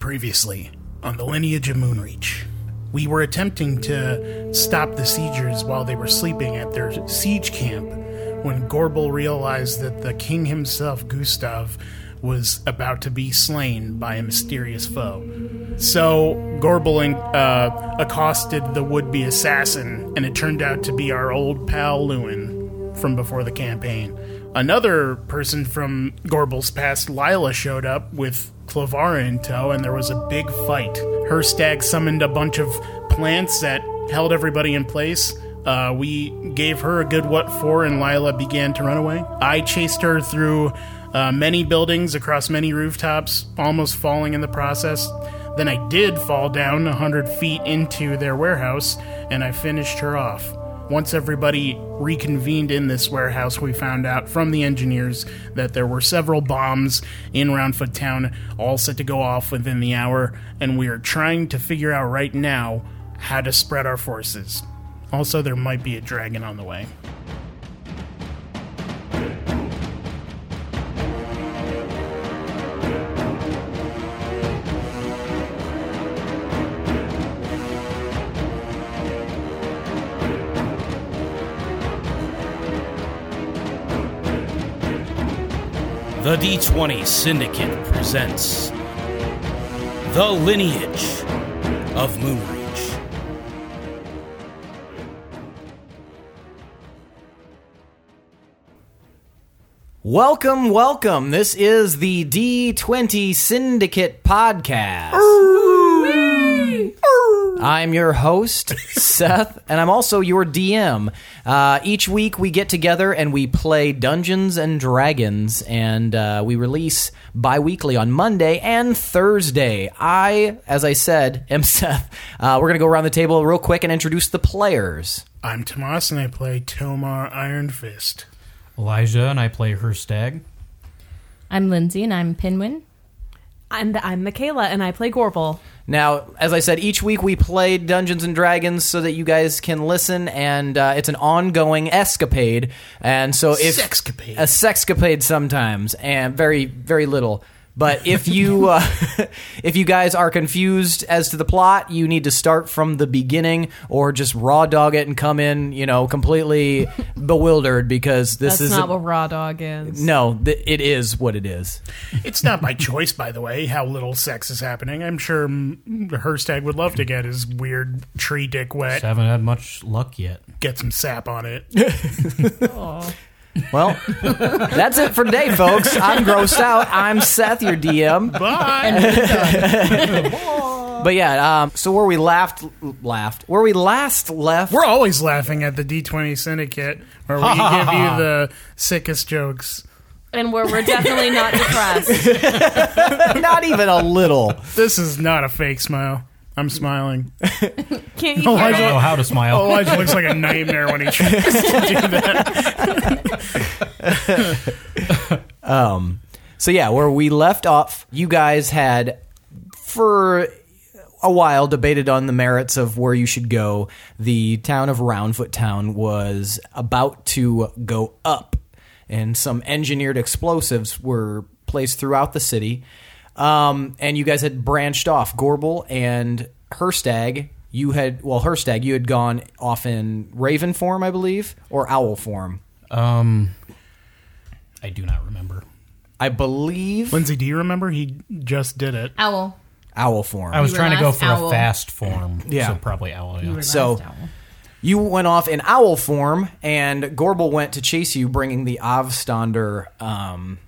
Previously, on the lineage of Moonreach, we were attempting to stop the siegers while they were sleeping at their siege camp when Gorbel realized that the king himself, Gustav, was about to be slain by a mysterious foe. So Gorbel uh, accosted the would be assassin, and it turned out to be our old pal Lewin from before the campaign. Another person from Gorbel's past, Lila, showed up with Clavara in tow, and there was a big fight. Her stag summoned a bunch of plants that held everybody in place. Uh, we gave her a good what for, and Lila began to run away. I chased her through uh, many buildings across many rooftops, almost falling in the process. Then I did fall down a 100 feet into their warehouse, and I finished her off. Once everybody reconvened in this warehouse, we found out from the engineers that there were several bombs in Roundfoot Town, all set to go off within the hour, and we are trying to figure out right now how to spread our forces. Also, there might be a dragon on the way. The D20 Syndicate presents The Lineage of Moonreach. Welcome, welcome. This is the D20 Syndicate podcast. I'm your host, Seth, and I'm also your DM. Uh, each week we get together and we play Dungeons and Dragons, and uh, we release bi weekly on Monday and Thursday. I, as I said, am Seth. Uh, we're going to go around the table real quick and introduce the players. I'm Tomas, and I play Tomar Ironfist. Elijah and I play her stag. I'm Lindsay and I'm Pinwin. And I'm Michaela, and I play Gorbel. Now, as I said, each week we play Dungeons and Dragons so that you guys can listen, and uh, it's an ongoing escapade. And so, if Sexcapade. a sexcapade sometimes, and very, very little. But if you uh, if you guys are confused as to the plot, you need to start from the beginning, or just raw dog it and come in, you know, completely bewildered because this is That's not what Raw Dog is. no, th- it is what it is. It's not by choice, by the way, how little sex is happening. I'm sure mm, Herstag would love to get his weird tree dick wet, Just haven't had much luck yet. get some sap on it. Well, that's it for today, folks. I'm grossed out. I'm Seth, your DM. Bye! But yeah, um, so where we laughed, laughed, where we last left, We're always laughing at the D20 Syndicate, where we give you the sickest jokes. And we're, we're definitely not depressed. not even a little. This is not a fake smile. I'm smiling. Can't Oh, you I Elijah- don't know how to smile. Elijah looks like a nightmare when he tries to do that. Um, So yeah, where we left off, you guys had for a while debated on the merits of where you should go. The town of Roundfoot Town was about to go up, and some engineered explosives were placed throughout the city. Um, and you guys had branched off. Gorbel and Herstag, you had well, Herstag, you had gone off in raven form, I believe, or owl form. Um, I do not remember. I believe Lindsay, do you remember? He just did it. Owl. owl form. I was were trying to go last for owl. a fast form. Yeah. So probably owl. Yeah. So- You went off in owl form, and Gorbel went to chase you, bringing the Avstander um,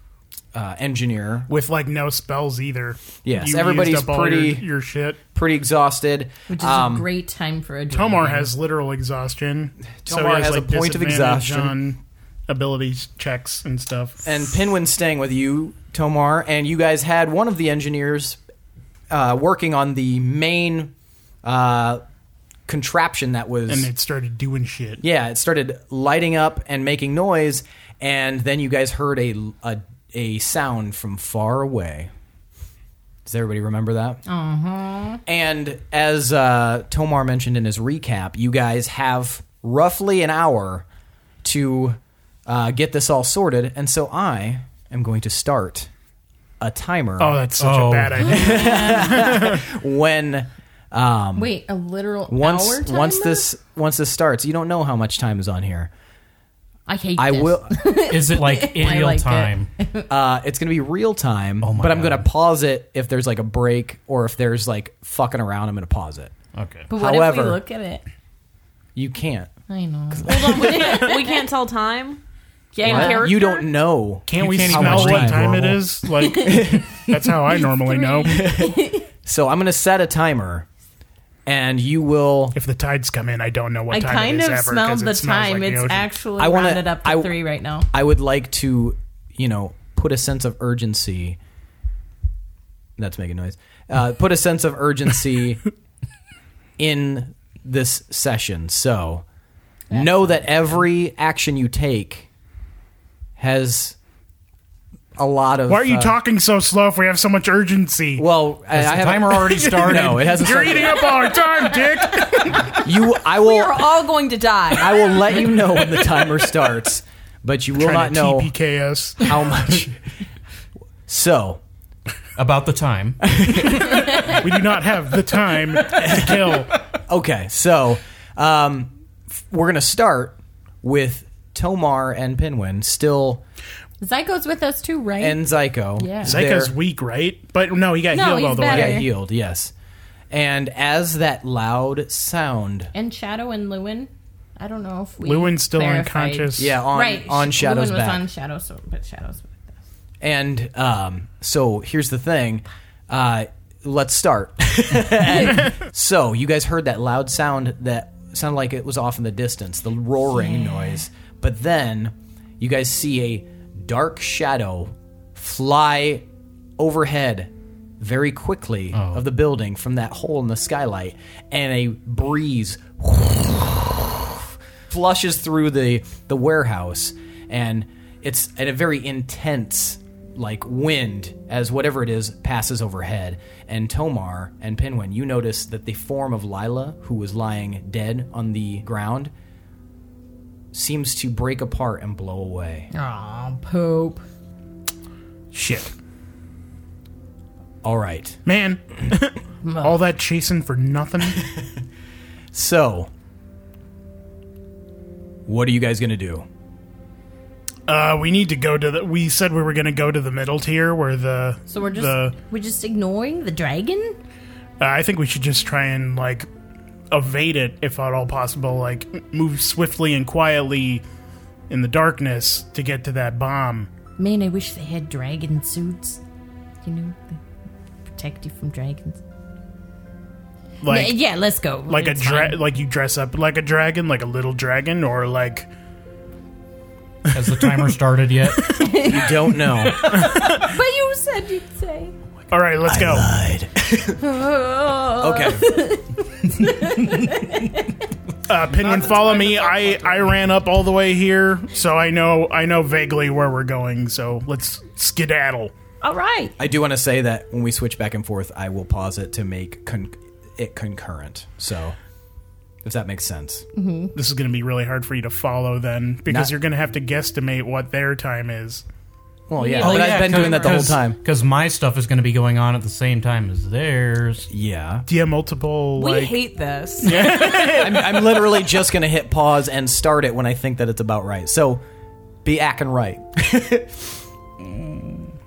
uh, engineer. With, like, no spells either. Yes, used everybody's up all your- pretty- your shit. Pretty exhausted. Um, Which is Um, a great time for a dragon. Tomar has literal exhaustion. Tomar Mm-hmm. has a point of disadvantage exhaustion. on abilities checks and stuff. And Pinwin's staying with you, Tomar, and you guys had one of the engineers uh, working on the main uh, contraption that was. and it started doing shit. yeah, it started lighting up and making noise, and then you guys heard a, a, a sound from far away. Does everybody remember that? Uh-huh. And as uh, Tomar mentioned in his recap, you guys have roughly an hour to uh, get this all sorted. And so I am going to start a timer Oh, that's such Oh. a bad idea. when um, Wait, a literal hour once timer? once this once this starts, you don't know how much time is on here. I hate I this. will. Is it like in I real liked it. time? Uh, it's gonna be real time, my but I'm gonna God. pause it if there's like a break or if there's like fucking around. I'm gonna pause it. Okay. But what if however- we look at it? You can't. I know. we can't tell time. Yeah, What? character? You don't know. Can't we can't even smell watch what that. time it is? Like that's how I normally know. So I'm gonna set a timer, and you will. If the tides come in, I don't know what I time kind it is of ever, 'cause smelled it the smells time. Like it's the ocean. actually I wanna- rounded up to I- three right now. I would like to, you know, put a sense of urgency. That's making noise. Uh, put a sense of urgency in this session. So know that every action you take has a lot of. Why are you uh, talking so slow if we have so much urgency? Well, I, I the have timer already started? No, it hasn't You're started. eating up all our time, Dick. You, I will. We're all going to die. I will let you know when the timer starts, but you will not Trying to know TPK us. how much. So About the time. We do not have the time to kill. Okay, so um, f- we're gonna start with Tomar and Pinwin, still Zyko's with us too, right? and Zyko. Yeah. Zyka's They're- weak, right? But no, he got No, healed he's all the better. way. yeah, healed. Yes, and as that loud sound, and Shadow and Lewin. I don't know if we Lewin's still clarified. unconscious. yeah, on right on Shadow's Lewin was back, on Shadow, so but Shadow's with us. and um, so here's the thing. Uh, let's start. so you guys heard that loud sound that sounded like it was off in the distance, the roaring noise. But then you guys see a dark shadow fly overhead very quickly of the building from that hole in the skylight, and a breeze flushes through the the warehouse, and it's at a very intense like wind as whatever it is passes overhead. And Tomar and Pinwin, you notice that the form of Lila, who was lying dead on the ground, seems to break apart and blow away. Aw, poop. Shit. All right. Man, all that chasing for nothing. So, what are you guys going to do? Uh, we need to go to the. We said we were going to go to the middle tier where the. So we're just The, we're just ignoring the dragon. uh, I think we should just try and like evade it if at all possible. Like m- move swiftly and quietly in the darkness to get to that bomb. Man, I wish they had dragon suits. You know, they protect you from dragons. Like yeah, yeah, let's go. like a It's dra- fine. like you dress up like a dragon, like a little dragon, or like Has the timer started yet? You don't know. But you said you'd say. all right, let's go. okay. Uh, Pinwin, follow me. I I ran up all the way here, so I know I know vaguely where we're going. So let's skedaddle. All right. I do want to say that when we switch back and forth, I will pause it to make con- it concurrent. So, if that makes sense. This is going to be really hard for you to follow then, because Not- you're going to have to guesstimate what their time is. Well, yeah, Yeah, but like I've been doing that the whole time. Because my stuff is going to be going on at the same time as theirs. Yeah. Do you have multiple We like? hate this. I'm, I'm literally just going to hit pause and start it when I think that it's about right. So, be acting right.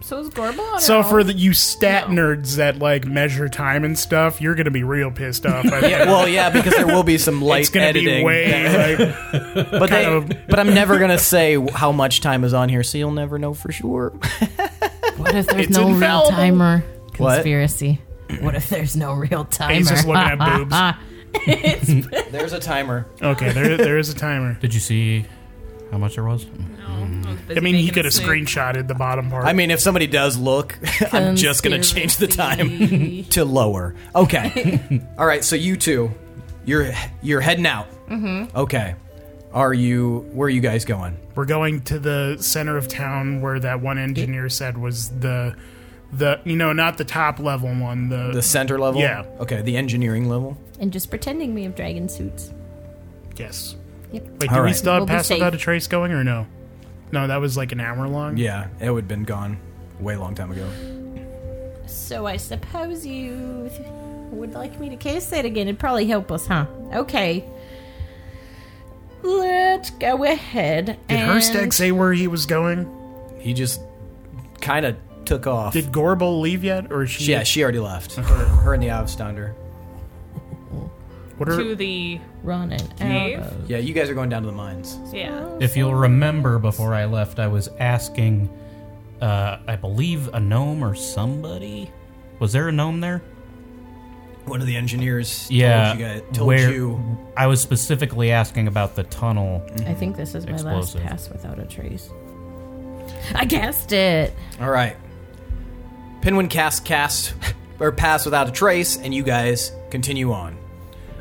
So is Gorble on her so own? for the, you stat nerds that like measure time and stuff, you're going to be real pissed off. I think. Well, yeah, because there will be some light it's going to editing. be way like. but, they- kind but I'm never going to say how much time is on here, so you'll never know for sure. What if there's It's no real infallible. timer? What? Conspiracy. What if there's no real timer? he's just looking at boobs. There's a timer. Okay, there there is a timer. Did you see how much there was? I mean, he could have screenshotted the bottom part. I mean, if somebody does look, I'm just going to change the time to lower. Okay. All right. So you two, you're you're heading out. Mm-hmm. Okay. Are you? Where are you guys going? We're going to the center of town where that one engineer said was the the you know not the top level one the, The center level. Yeah. Okay. The engineering level. And just pretending we have dragon suits. yes. Yep. Wait, All do we right. still have We'll be pass safe. without a trace going or no? No, that was like an hour long. Yeah. It would have been gone way long time ago. So I suppose you th- would like me to cast that again. It'd probably help us, huh? Okay. Let's go ahead. Did and... Herstag say where he was going? He just kind of took off. Did Uh-huh. Gorbel leave yet, or is she? yeah, she already left. Her, her and the Avstander. What are? to the running out Cave? of Yeah, you guys are going down to the mines. yeah. If you'll remember, before I left, I was asking, uh, I believe a gnome or somebody. Was there a gnome there? One of the engineers Yeah. told you, guys, told where you I was specifically asking about the tunnel. I think this is my Explosive. last pass without a trace. I guessed it. All right. Pinwin cast cast or pass without a trace, and you guys continue on.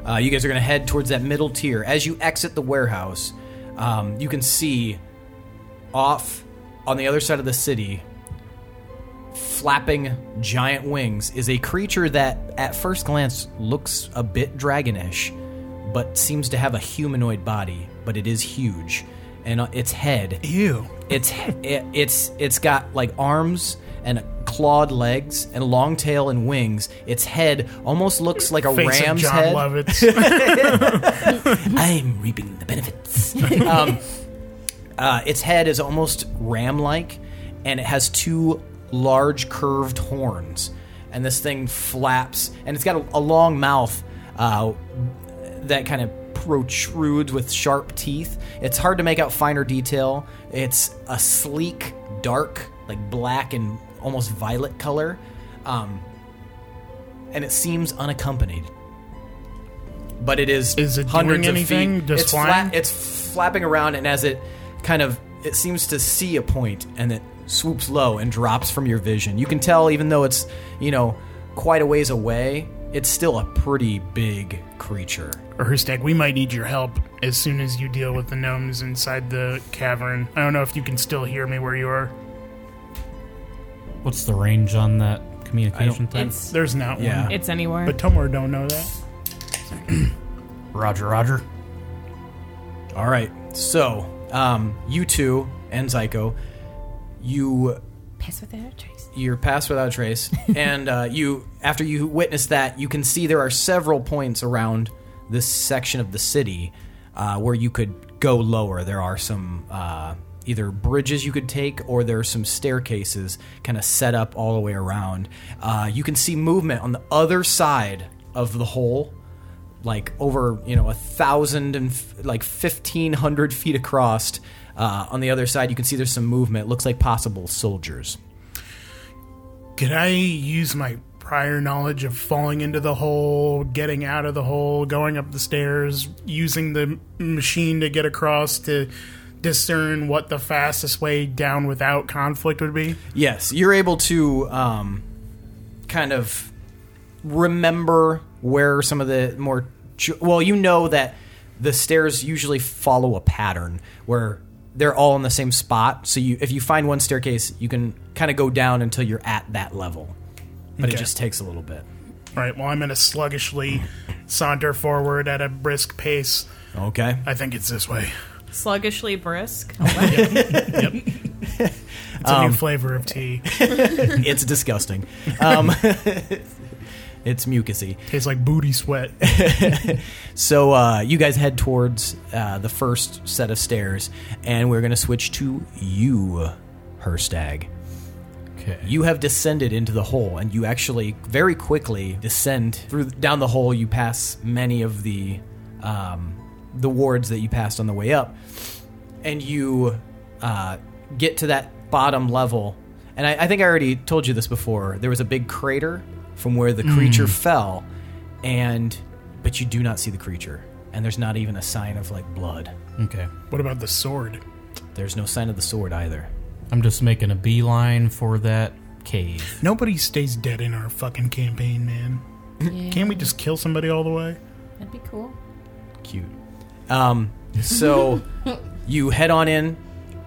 Uh, you guys are going to head towards that middle tier. As you exit the warehouse, um, you can see off on the other side of the city, flapping giant wings, is a creature that at first glance looks a bit dragonish, but seems to have a humanoid body. But it is huge, and uh, its head Ew. it's it, it's it's got like arms and clawed legs and a long tail and wings. Its head almost looks like a Face of ram's John head. Lovitz. I'm reaping the benefits. um, uh, its head is almost ram-like, and it has two large curved horns. And this thing flaps, and it's got a, a long mouth uh, that kind of protrudes with sharp teeth. It's hard to make out finer detail. It's a sleek, dark, like black and almost violet color, um, and it seems unaccompanied. But it is Is it doing hundreds of anything? feet. Just it's flying? flat. It's flapping around, and as it kind of it seems to see a point, and it swoops low and drops from your vision. You can tell, even though it's you know quite a ways away, it's still a pretty big creature. or Herstag, we might need your help as soon as you deal with the gnomes inside the cavern. I don't know if you can still hear me where you are. What's the range on that communication thing? It's There's not Yeah. one. it's anywhere. But Tomor don't know that. Roger, Roger. All right, so um, you two and Zyko, you Pass without a trace. your pass without a trace, and uh, you after you witness that, you can see there are several points around this section of the city uh, where you could go lower. There are some uh, either bridges you could take, or there are some staircases kind of set up all the way around. Uh, you can see movement on the other side of the hole like over you know a thousand and f- like fifteen hundred feet across. Uh, on the other side, you can see there's some movement. Looks like possible soldiers. Could I use my prior knowledge of falling into the hole, getting out of the hole, going up the stairs, using the m- machine to get across to discern what the fastest way down without conflict would be? Yes, you're able to um, kind of remember where some of the more ju- well, you know that the stairs usually follow a pattern where they're all in the same spot. So you, if you find one staircase, you can kind of go down until you're at that level, but it Okay. just takes a little bit. All right, well, I'm going to sluggishly saunter forward at a brisk pace. Okay. I think it's this way. sluggishly brisk. It's a new flavor of tea. it's disgusting. Um, it's mucusy. Tastes like booty sweat. So uh, you guys head towards uh, the first set of stairs, and we're going to switch to you, Herstag. Okay. You have descended into the hole, and you actually very quickly descend through down the hole. You pass many of the um, the wards that you passed on the way up, and you uh, get to that bottom level. And I, I think I already told you this before. There was a big crater from where the creature fell, and but you do not see the creature, and there's not even a sign of like blood. Okay. what about the sword? There's no sign of the sword either. I'm just making a beeline for that cave. Nobody stays dead in our fucking campaign, man. Can't we just kill somebody all the way? That'd be cool. cute. Um, so you head on in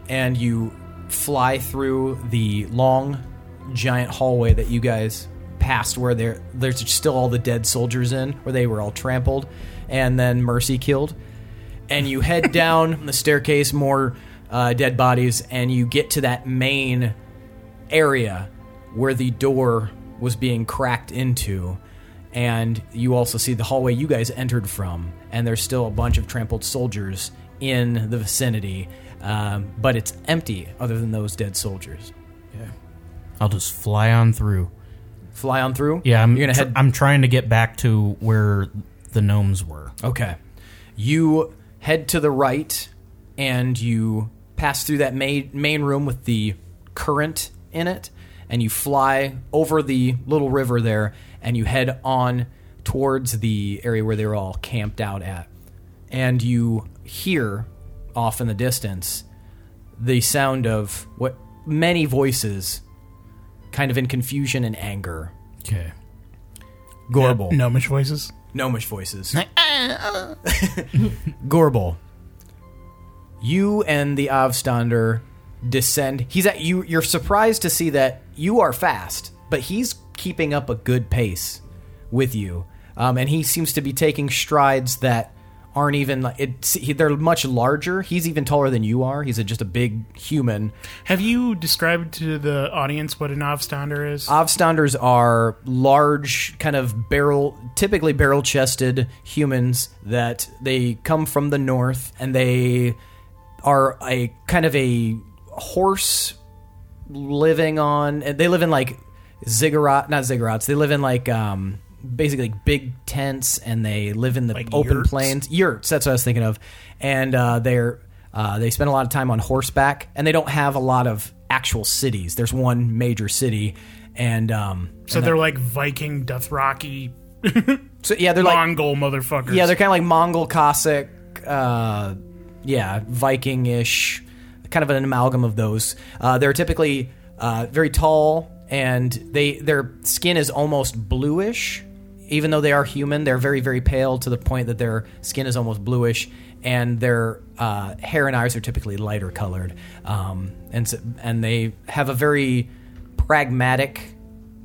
and you fly through the long, giant hallway that you guys passed, where there there's still all the dead soldiers in, where they were all trampled, and then Mercy killed. And you head down the staircase, more uh, dead bodies, and you get to that main area where the door was being cracked into. And you also see the hallway you guys entered from, and there's still a bunch of trampled soldiers in the vicinity, um, but it's empty other than those dead soldiers. I'll just fly on through. Fly on through. Yeah, I'm. You're gonna tr- head I'm trying to get back to where the gnomes were. Okay. You head to the right and you pass through that main, main room with the current in it and you fly over the little river there and you head on towards the area where they were all camped out at. And you hear off in the distance the sound of what many voices kind of in confusion and anger. Okay. Gorble. Gnomish voices. gnomish voices. Gorble, you and the Avstander descend. He's at you. You're surprised to see that you are fast, but he's keeping up a good pace with you, um, and he seems to be taking strides that aren't even like it's, he, they're much larger. He's even taller than you are. He's a, just a big human. Have you described to the audience what an Avstander is? Uh, Avstanders are large, kind of barrel, typically barrel chested humans that they come from the north and they are a kind of a horse living on. They live in like ziggurat, not ziggurats. They live in like um, basically like big tents, and they live in the open yurts? plains, yurts. That's what I was thinking of. And uh, they're uh, they spend a lot of time on horseback, and they don't have a lot of actual cities. There's one major city, and um, so they're like Viking, Dothraki, so yeah, they're like Mongol motherfuckers. yeah, they're kind of like Mongol Cossack, uh, yeah, Viking-ish, kind of an amalgam of those. Uh, they're typically uh, very tall, and they their skin is almost bluish. Even though they are human, they're very very pale to the point that their skin is almost bluish, and their uh, hair and eyes are typically lighter colored, um, and so, and they have a very pragmatic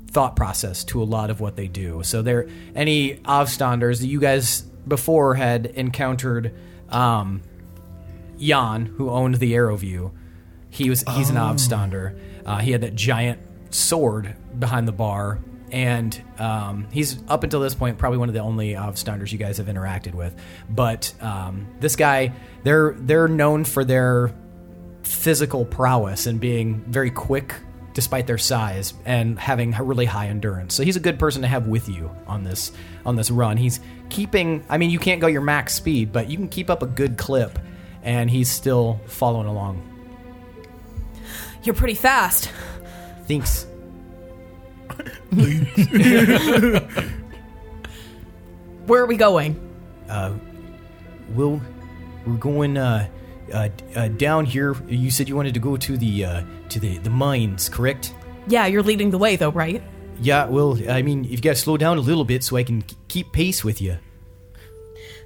thought process to a lot of what they do. So there, any Avstanders that you guys before had encountered, um, Jan, who owned the Arrowview, he was he's an Avstander. Uh, he had that giant sword behind the bar, and um, he's up until this point probably one of the only Avstanders you guys have interacted with. But um, this guy, they're they're known for their physical prowess and being very quick despite their size and having a really high endurance. So he's a good person to have with you on this on this run. He's keeping I mean you can't go your max speed, but you can keep up a good clip and he's still following along. You're pretty fast. Thanks. Where are we going? Will we're going uh, uh, uh, down here. You said you wanted to go to the uh, to the, the mines, correct? Yeah, you're leading the way though, right? Yeah, well, I mean, if you gotta slow down a little bit so I can k- keep pace with you.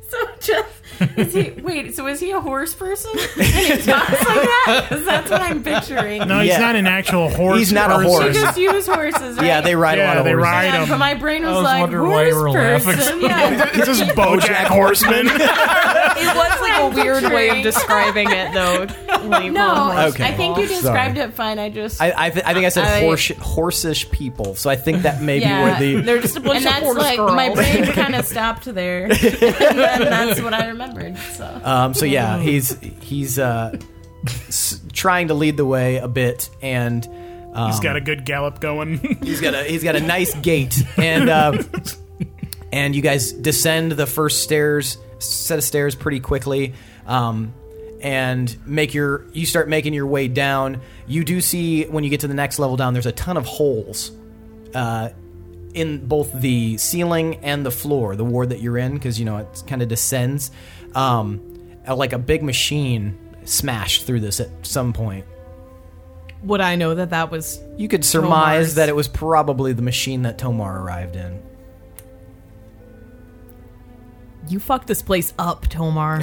So Jeff, is he? wait, so is he a horse person? And he talks like that? 'Cause that's what I'm picturing. no, Yeah. he's not an actual horse. He's not a person. horse. You just use horses, right? Yeah, they ride a Yeah, lot of they horses. ride Yeah, but 'em. my brain was, was like, wondering why horse you were laughing. person. Yeah, It's just BoJack Horseman. It was like a weird way of describing it though. Leopold. no, Okay. I think you Sorry. described it fine. I just I, I, th- I think I said I- horse, horseish people, so I think that may yeah, be where the. They're just a bunch and of that's horse like girls. my brain kind of stopped there, and then that's what I remembered. So Uh, Um, so yeah, he's he's uh, s- trying to lead the way a bit, and um, he's got a good gallop going. he's got a he's got a nice gait, and uh, and you guys descend the first stairs set of stairs pretty quickly, um, and make your you start making your way down. You do see when you get to the next level down, there's a ton of holes uh, in both the ceiling and the floor, the ward that you're in, because you know it kind of descends. Um, uh, like a big machine smashed through this at some point. Would I know that that was You could surmise Tomar's. that it was probably the machine that Tomar arrived in. you fucked this place up, Tomar?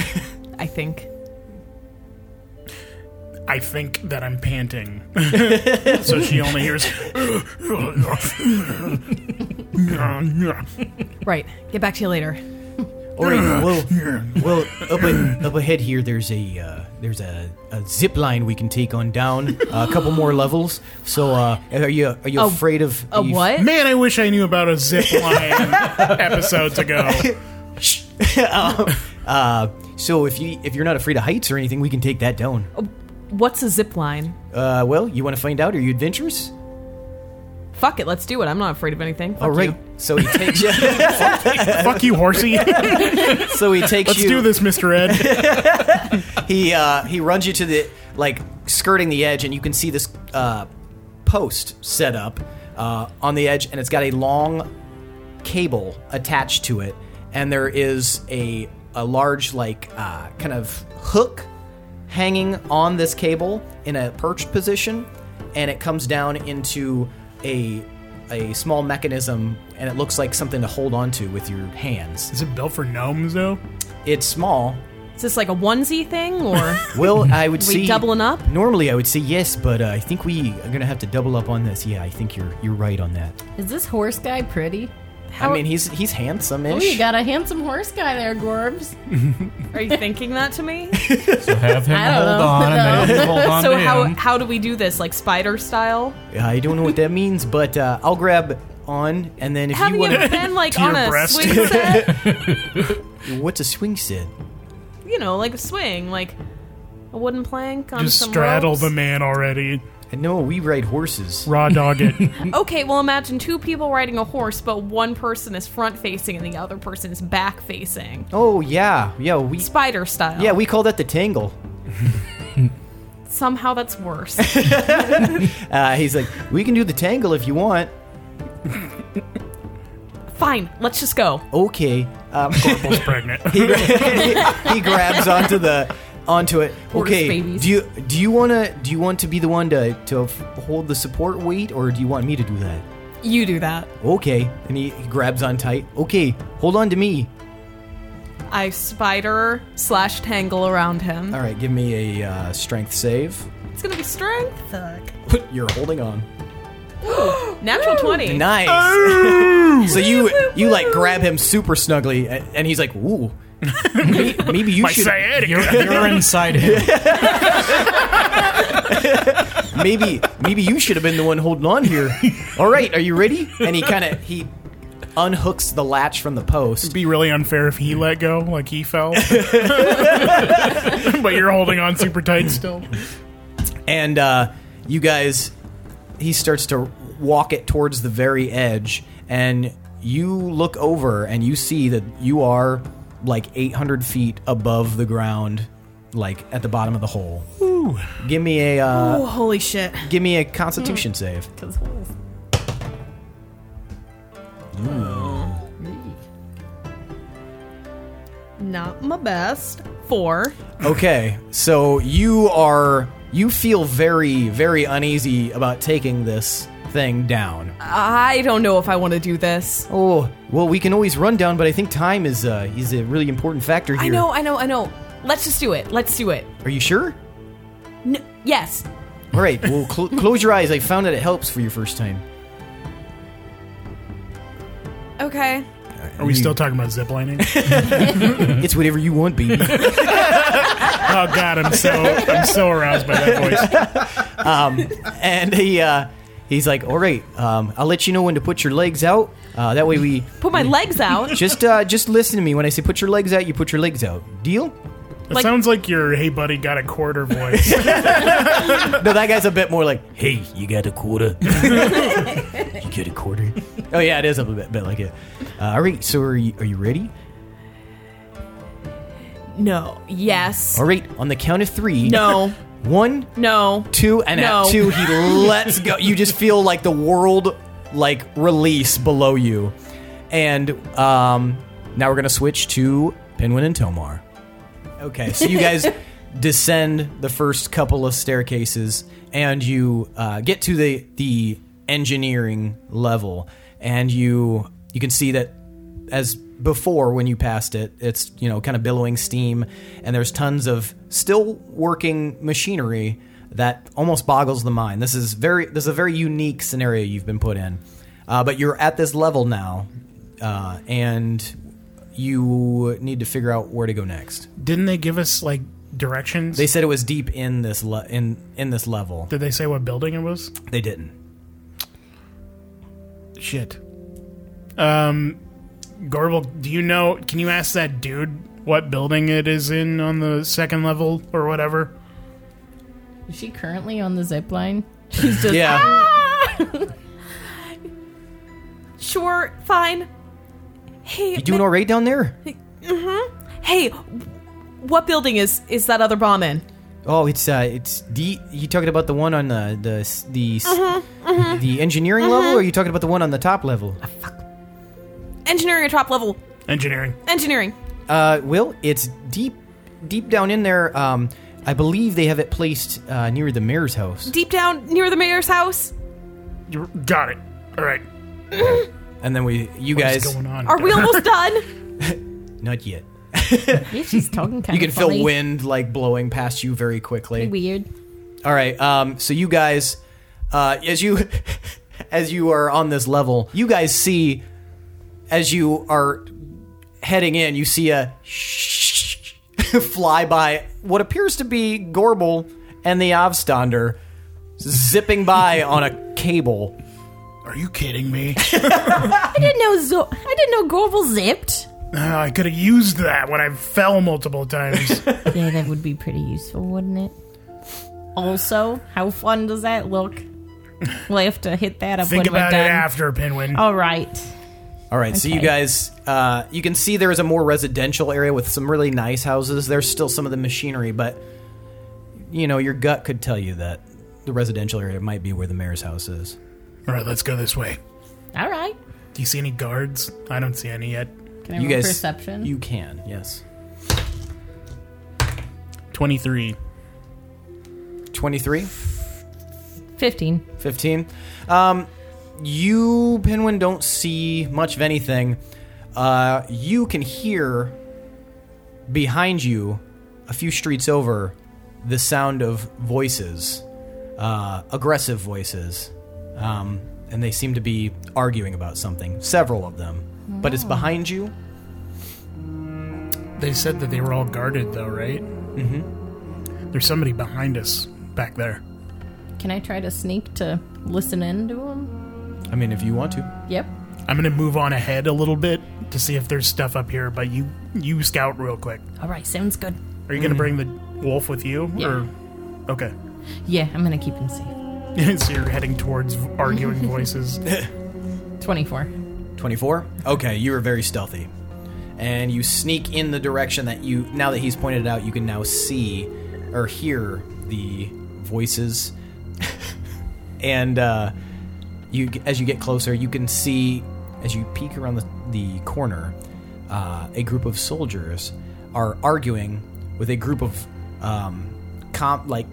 I think. I think that I'm panting, so she only hears. Right. Get back to you later. All right, well, well, up a, up ahead here, there's a uh, there's a, a zip line we can take on down uh, a couple more levels. So, uh, are you are you afraid of A are you- what? Man, I wish I knew about a zip line episodes ago. Uh, so if you if you're not afraid of heights or anything, we can take that down. What's a zip line? Uh, well, you want to find out? Are you adventurous? Fuck it, let's do it. I'm not afraid of anything. Fuck All right. you. So he takes you. Fuck you, horsey. Let's so he takes you. do this, Mr. Ed. He uh, he runs you to the like skirting the edge, and you can see this uh, post set up uh, on the edge, and it's got a long cable attached to it, and there is a a large like uh, kind of hook hanging on this cable in a perched position, and it comes down into a a small mechanism, and it looks like something to hold onto with your hands. Is it built for gnomes, though? It's small, Is this like a onesie thing or Well, I would see doubling up? Normally, I would say yes, but uh, I think we are gonna have to double up on this. Yeah, I think you're you're right on that. Is this horse guy pretty? Oh. I mean, he's he's handsome-ish. Oh, you got a handsome horse guy there, Gorbs. are you thinking that to me? So have him I hold don't know. on, and then hold on so to how him. how do we do this? Like spider style? I don't know what that means, but uh, I'll grab on, and then if Have you you want, been like To your on a breast. swing set? what's a swing set? you know, like a swing, like a wooden plank on Just some straddle ropes? the man already. No, we ride horses. Raw dog it. Okay, well imagine two people riding a horse, but one person is front facing and the other person is back facing. Oh yeah, yeah we Spider style. yeah we call that the tangle. Somehow that's worse. Uh, he's like, we can do the tangle if you want. Fine, let's just go. Okay. Um, Corporal's pregnant. he grabs onto the onto it. Horse okay, babies. do you do you want to do you want to be the one to to f- hold the support weight, or do you want me to do that? Oh. You do that. Okay, and he, he grabs on tight. Okay, hold on to me. I spider slash tangle around him. All right, give me a uh, strength save. It's gonna be strength. You're holding on. Natural twenty. Nice. so you you like grab him super snugly, a- and he's like, "Ooh, maybe, maybe you My should sciatica. You're, you're inside him. maybe maybe you should have been the one holding on here." All right, are you ready? And he kind of he unhooks the latch from the post. It'd be really unfair if he let go, like he fell. but you're holding on super tight still. and uh, you guys he starts to walk it towards the very edge and you look over and you see that you are like 800 feet above the ground like at the bottom of the hole give me a uh, Oh, holy shit. give me a Hmm. constitution save Not my best. Four. Okay, so you are you feel very very uneasy about taking this thing down Uh. I don't know if I want to do this. oh well we can always run down but i think time is uh is a really important factor here I know, I know, I know. Let's just do it. Let's do it. are you sure No, yes. All right. Well, cl- close your eyes. I found that it helps for your first time. Okay. Are we still talking about ziplining? It's whatever you want, baby. Oh god, I'm so I'm so aroused by that voice. and he uh, he's like, "All right, um, I'll let you know when to put your legs out. Uh, that way we Put my legs out. just uh, just listen to me. When I say put your legs out, you put your legs out. Deal? It Like- sounds like your hey buddy got a quarter voice. No, that guy's a bit more like, Hey, you got a quarter? you get a quarter? oh yeah, it is a bit, bit like it. Uh, all right. So are you, are you ready? No. Yes. All right. On the count of three. No. One, No. two, and No. at two he lets go. You just feel like the world like release below you, and um, now we're gonna switch to Pinwin and Tomar. Okay, so you guys descend the first couple of staircases, and you uh, get to the the engineering level, and you you can see that as before when you passed it it's you know kind of billowing steam and there's tons of still working machinery that almost boggles the mind this is very this is a very unique scenario you've been put in uh, but you're at this level now uh, and you need to figure out where to go next. Didn't they give us like directions? They said it was deep in this le- in in this level. Did they say what building it was? They didn't. Shit. Um, Gorble, do you know? Can you ask that dude what building it is in on the second level or whatever? Is she currently on the zip line? Yeah. Sure, fine. Hey, You doing all right down there? hey, what building is is that other bomb in? Oh, it's uh, it's D. You talking about the one on the the s- the s the engineering level, or are you talking about the one on the top level? Engineering or top level? Engineering. Engineering. Uh, Will, it's deep deep down in there. Um, I believe they have it placed uh, near the mayor's house, Deep down near the mayor's house. You got it. All right. and then we you What guys is going on? Are we there? almost done? not yet. Yeah, she's talking kind You of can feel wind like blowing past you very quickly. Weird. All right. Um, so you guys, uh, as you as you are on this level, you guys see as you are heading in, you see a fly by what appears to be Gorbel and the Avstander zipping by on a cable. Are you kidding me? I didn't know Zo- I didn't know Gorbel zipped. Ah, I could have used that when I fell multiple times. Yeah, that would be pretty useful, wouldn't it? Also, how fun does that look? We'll have to hit that up Think when we're about it done. after, Pinwin. Oh. All right. All right, so you Okay. guys, uh, you can see there is a more residential area with some really nice houses. There's still some of the machinery, but you know your gut could tell you that the residential area might be where the mayor's house is. All right, let's go this way. All right. Do you see any guards? I don't see any yet. Can I you roll guys, perception? you can, yes. 23. 23, 15. 15. Um, you, Penguin, don't see much of anything. Uh, you can hear behind you, a few streets over, the sound of voices, uh, aggressive voices, um, and they seem to be arguing about something. Several of them, but it's behind you. They said that they were all guarded, though, right? Mm-hmm. There's somebody behind us back there. Can I try to sneak to listen in to him? I mean, if you want to, Yep. I'm gonna move on ahead a little bit to see if there's stuff up here, but you you scout real quick. All right, sounds good. Are you gonna bring the wolf with you? Yeah. Or okay, Yeah, I'm going to keep him safe. so you're heading towards arguing voices. 24. 24. Okay, you are very stealthy, and you sneak in the direction that you. Now that he's pointed it out, you can now see or hear the voices, and uh, you as you get closer, you can see as you peek around the, the corner, uh, a group of soldiers are arguing with a group of um, comp like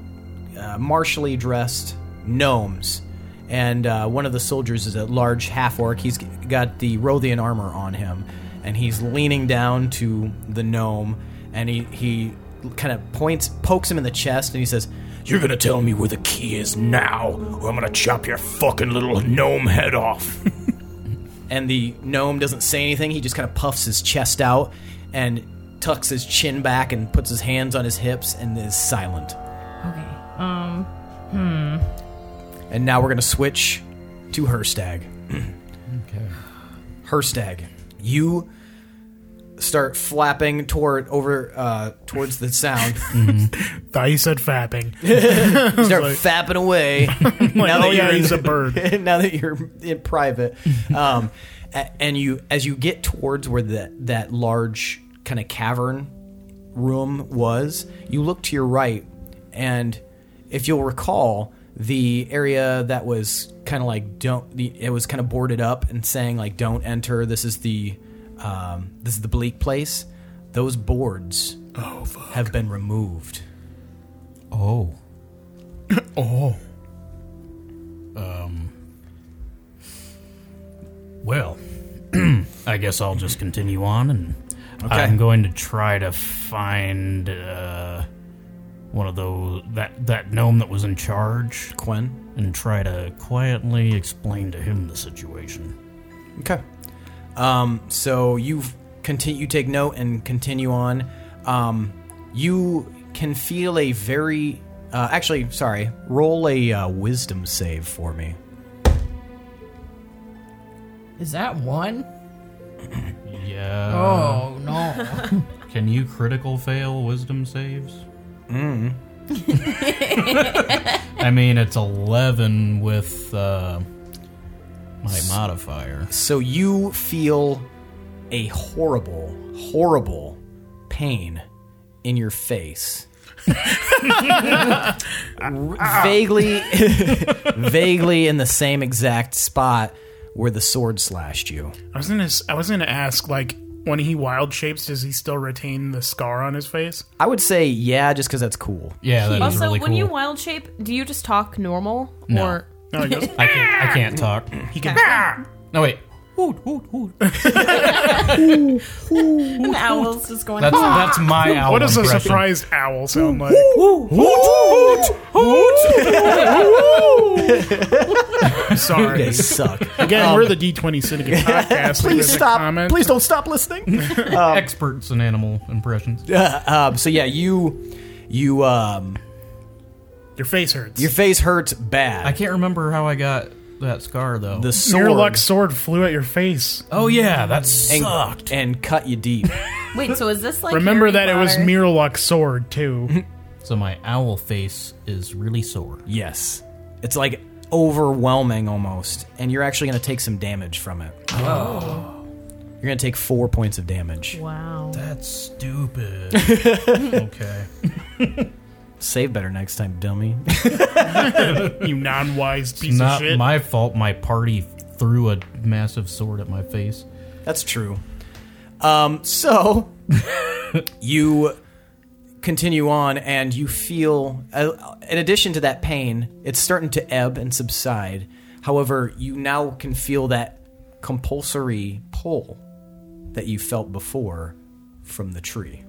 uh, martially dressed gnomes, and uh, one of the soldiers is a large half orc. He's g- got the Rothian armor on him, and he's leaning down to the gnome, and he he kind of points pokes him in the chest, and he says. You're gonna tell me where the key is now, or I'm gonna chop your fucking little gnome head off. and the gnome doesn't say anything. He just kind of puffs his chest out and tucks his chin back and puts his hands on his hips and is silent. Okay. Um, And now we're going to switch to Herstag. Okay. Herstag, you start flapping toward over uh, towards the sound. Thought you said fapping. You start fapping away. now oh yeah, in- he's a bird. now that you're in private, um, a- and you as you get towards where that that large kind of cavern room was, you look to your right, and if you'll recall, the area that was kind of like don't the, it was kind of boarded up and saying like don't enter. This is the um, this is the bleak place. Those boards have been removed. Oh. Oh, Um, Well, I guess I'll just continue on, and Okay. I'm going to try to find uh, one of those that that gnome that was in charge, Quinn. and try to quietly explain to him the situation. Okay. Um, so you continue you take note and continue on um, you can feel a very uh, actually sorry roll a uh, wisdom save for me Is that one? Yeah. Oh no. Can you critical fail wisdom saves? Mm-hmm. Mm. I mean, it's 11 with uh, my modifier. so you feel a horrible horrible pain in your face vaguely vaguely in the same exact spot where the sword slashed you I was gonna, s- I was gonna ask, like, when he wild shapes, does he still retain the scar on his face? I would say yeah, just because that's cool. Yeah, that is Also, really when cool. you wild shape, do you just talk normal? No. Or No, he goes, I can't, I can't talk. he can. No, wait. Hoot, hoot, hoot. The owl's just going. That's, that's my owl Ah! What does a impression. surprised owl sound like? They Sorry. suck. Again, we're the D20 Syndicate podcast. Leave us Please a stop. comment. Please don't stop listening. Experts in animal impressions. um, so yeah, you, you, um, Your face hurts. your face hurts I bad. can't remember how I got that scar, though. The Your sword luck sword flew at your face. oh, yeah, that and, sucked. and cut you deep. Wait, so is this like? Remember Harry that it was Potter? Mirluck's sword too. So my owl face is really sore. yes, it's like overwhelming almost, and you're actually going to take some damage from it. Oh. You're going to take four points of damage. Wow. That's stupid. okay. Save better next time, dummy. you non-wise piece of Not shit. my fault my party threw a massive sword at my face. That's true. Um, so you continue on, and you feel, uh, in addition to that pain, it's starting to ebb and subside. However, you now can feel that compulsory pull that you felt before from the tree.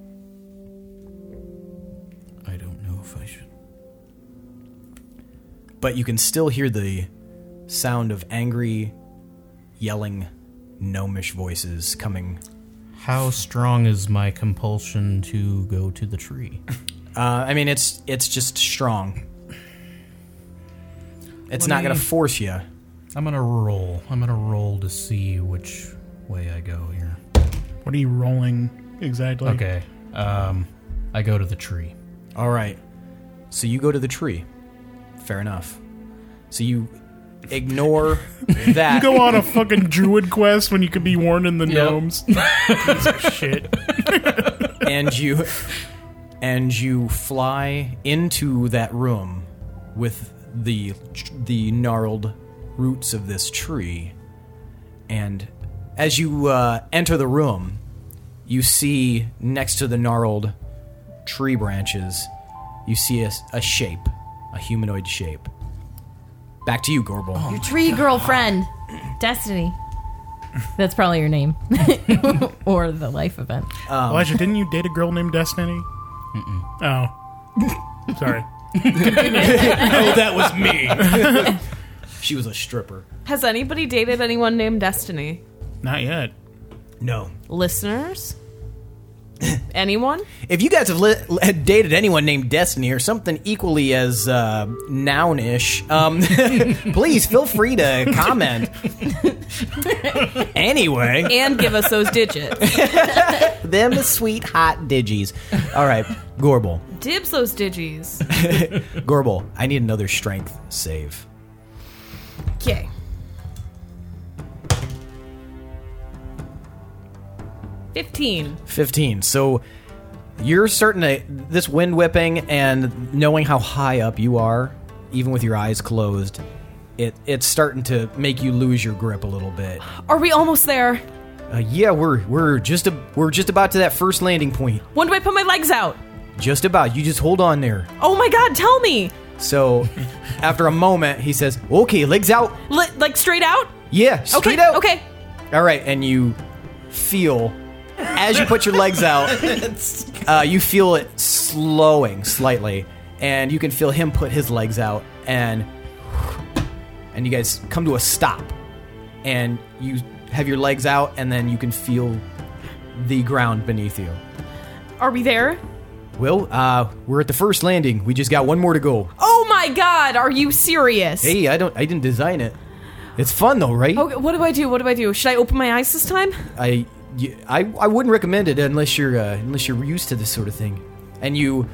I don't know if I should. But you can still hear the sound of angry, yelling, gnomish voices coming. How strong is my compulsion to go to the tree? Uh, I mean, it's it's just strong. It's Let not going me- to force you. I'm gonna roll. I'm gonna roll to see which way I go here. what are you rolling exactly? Okay. Um, I go to the tree. All right. So you go to the tree. Fair enough. So you ignore that. Go on a fucking druid quest when you could be warned in the gnomes. Piece of shit. and you and you fly into that room with the the gnarled roots of this tree and as you uh, enter the room you see next to the gnarled tree branches you see a, a shape a humanoid shape back to you gorbel Your tree girlfriend, Destiny. That's probably your name, or the life event. Elijah, didn't you date a girl named Destiny? Mm-mm. Oh, sorry. Oh, that was me. she was a stripper has anybody dated anyone named Destiny? Not yet. no Listeners? anyone? If you guys have li- li- dated anyone named Destiny or something equally as uh, nounish, um, please feel free to comment. anyway, And give us those digits. them sweet hot diggies. All right, Gorbel, Dibs those digis. Gorbel, I need another strength save. Okay. 15. Fifteen. So you're certain to this wind whipping and knowing how high up you are, even with your eyes closed. It, it's starting to make you lose your grip a little bit. Are we almost there? Uh, yeah, we're we're just a, we're just about to that first landing point. When do I put my legs out? Just about. You just hold on there. Oh my god, tell me! So, after a moment, he says, "Okay, legs out. Li- like straight out? Yeah, straight okay, out. okay. All right." And you feel as you put your legs out, uh, you feel it slowing slightly, and you can feel him put his legs out, and and you guys come to a stop, and you have your legs out, and then you can feel the ground beneath you. Are we there? Well, uh, we're at the first landing. We just got one more to go. Oh my god, are you serious? Hey, I don't. I didn't design it. It's fun though, right? Okay, what do I do? What do I do? Should I open my eyes this time? I, you- I, I wouldn't recommend it unless you're uh, unless you're used to this sort of thing. And you,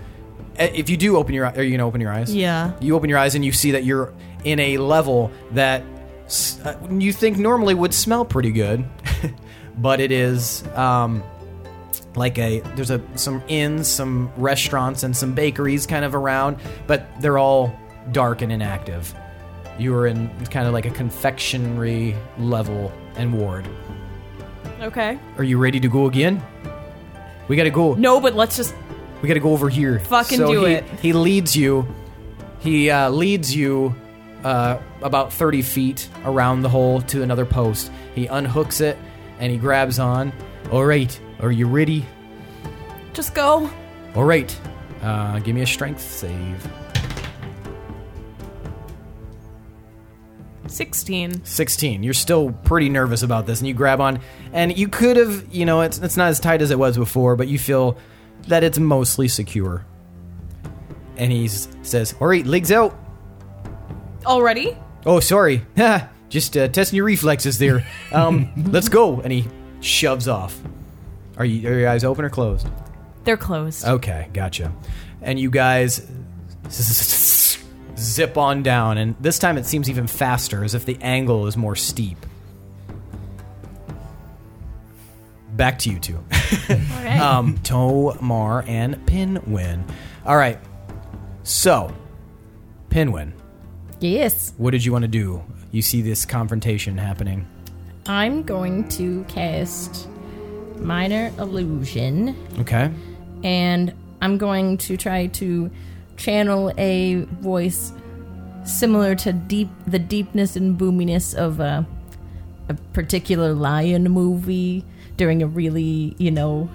eh, if you do open your, eye- are you gonna open your eyes? Yeah. You open your eyes and you see that you're in a level that s- uh, you think normally would smell pretty good, but it is um, like a there's a some inns, some restaurants, and some bakeries kind of around, but they're all dark and inactive. You are in kind of like a confectionery level and ward. Okay. Are you ready to go again? We gotta go. No, but let's just. We gotta go over here. Fucking so do he, it. He leads you. He uh, leads you uh, about thirty feet around the hole to another post. He unhooks it and he grabs on. All right, are you ready? Just go. All right, uh, give me a strength save. 16. 16 you're still pretty nervous about this and you grab on and you could have you know it's, it's not as tight as it was before but you feel that it's mostly secure and he s- says all right legs out Already? oh sorry Ha, just uh, testing your reflexes there um let's go and he shoves off are you are your eyes open or closed They're closed. Okay, gotcha. And you guys zip on down, and this time it seems even faster, as if the angle is more steep. Back to you two. um, Tomar and Pinwin. All right. So, Pinwin, Yes. what did you want to do? You see this confrontation happening. I'm going to cast Minor Illusion, Okay. and I'm going to try to channel a voice similar to deep the deepness and boominess of a, a particular lion movie during a really, you know,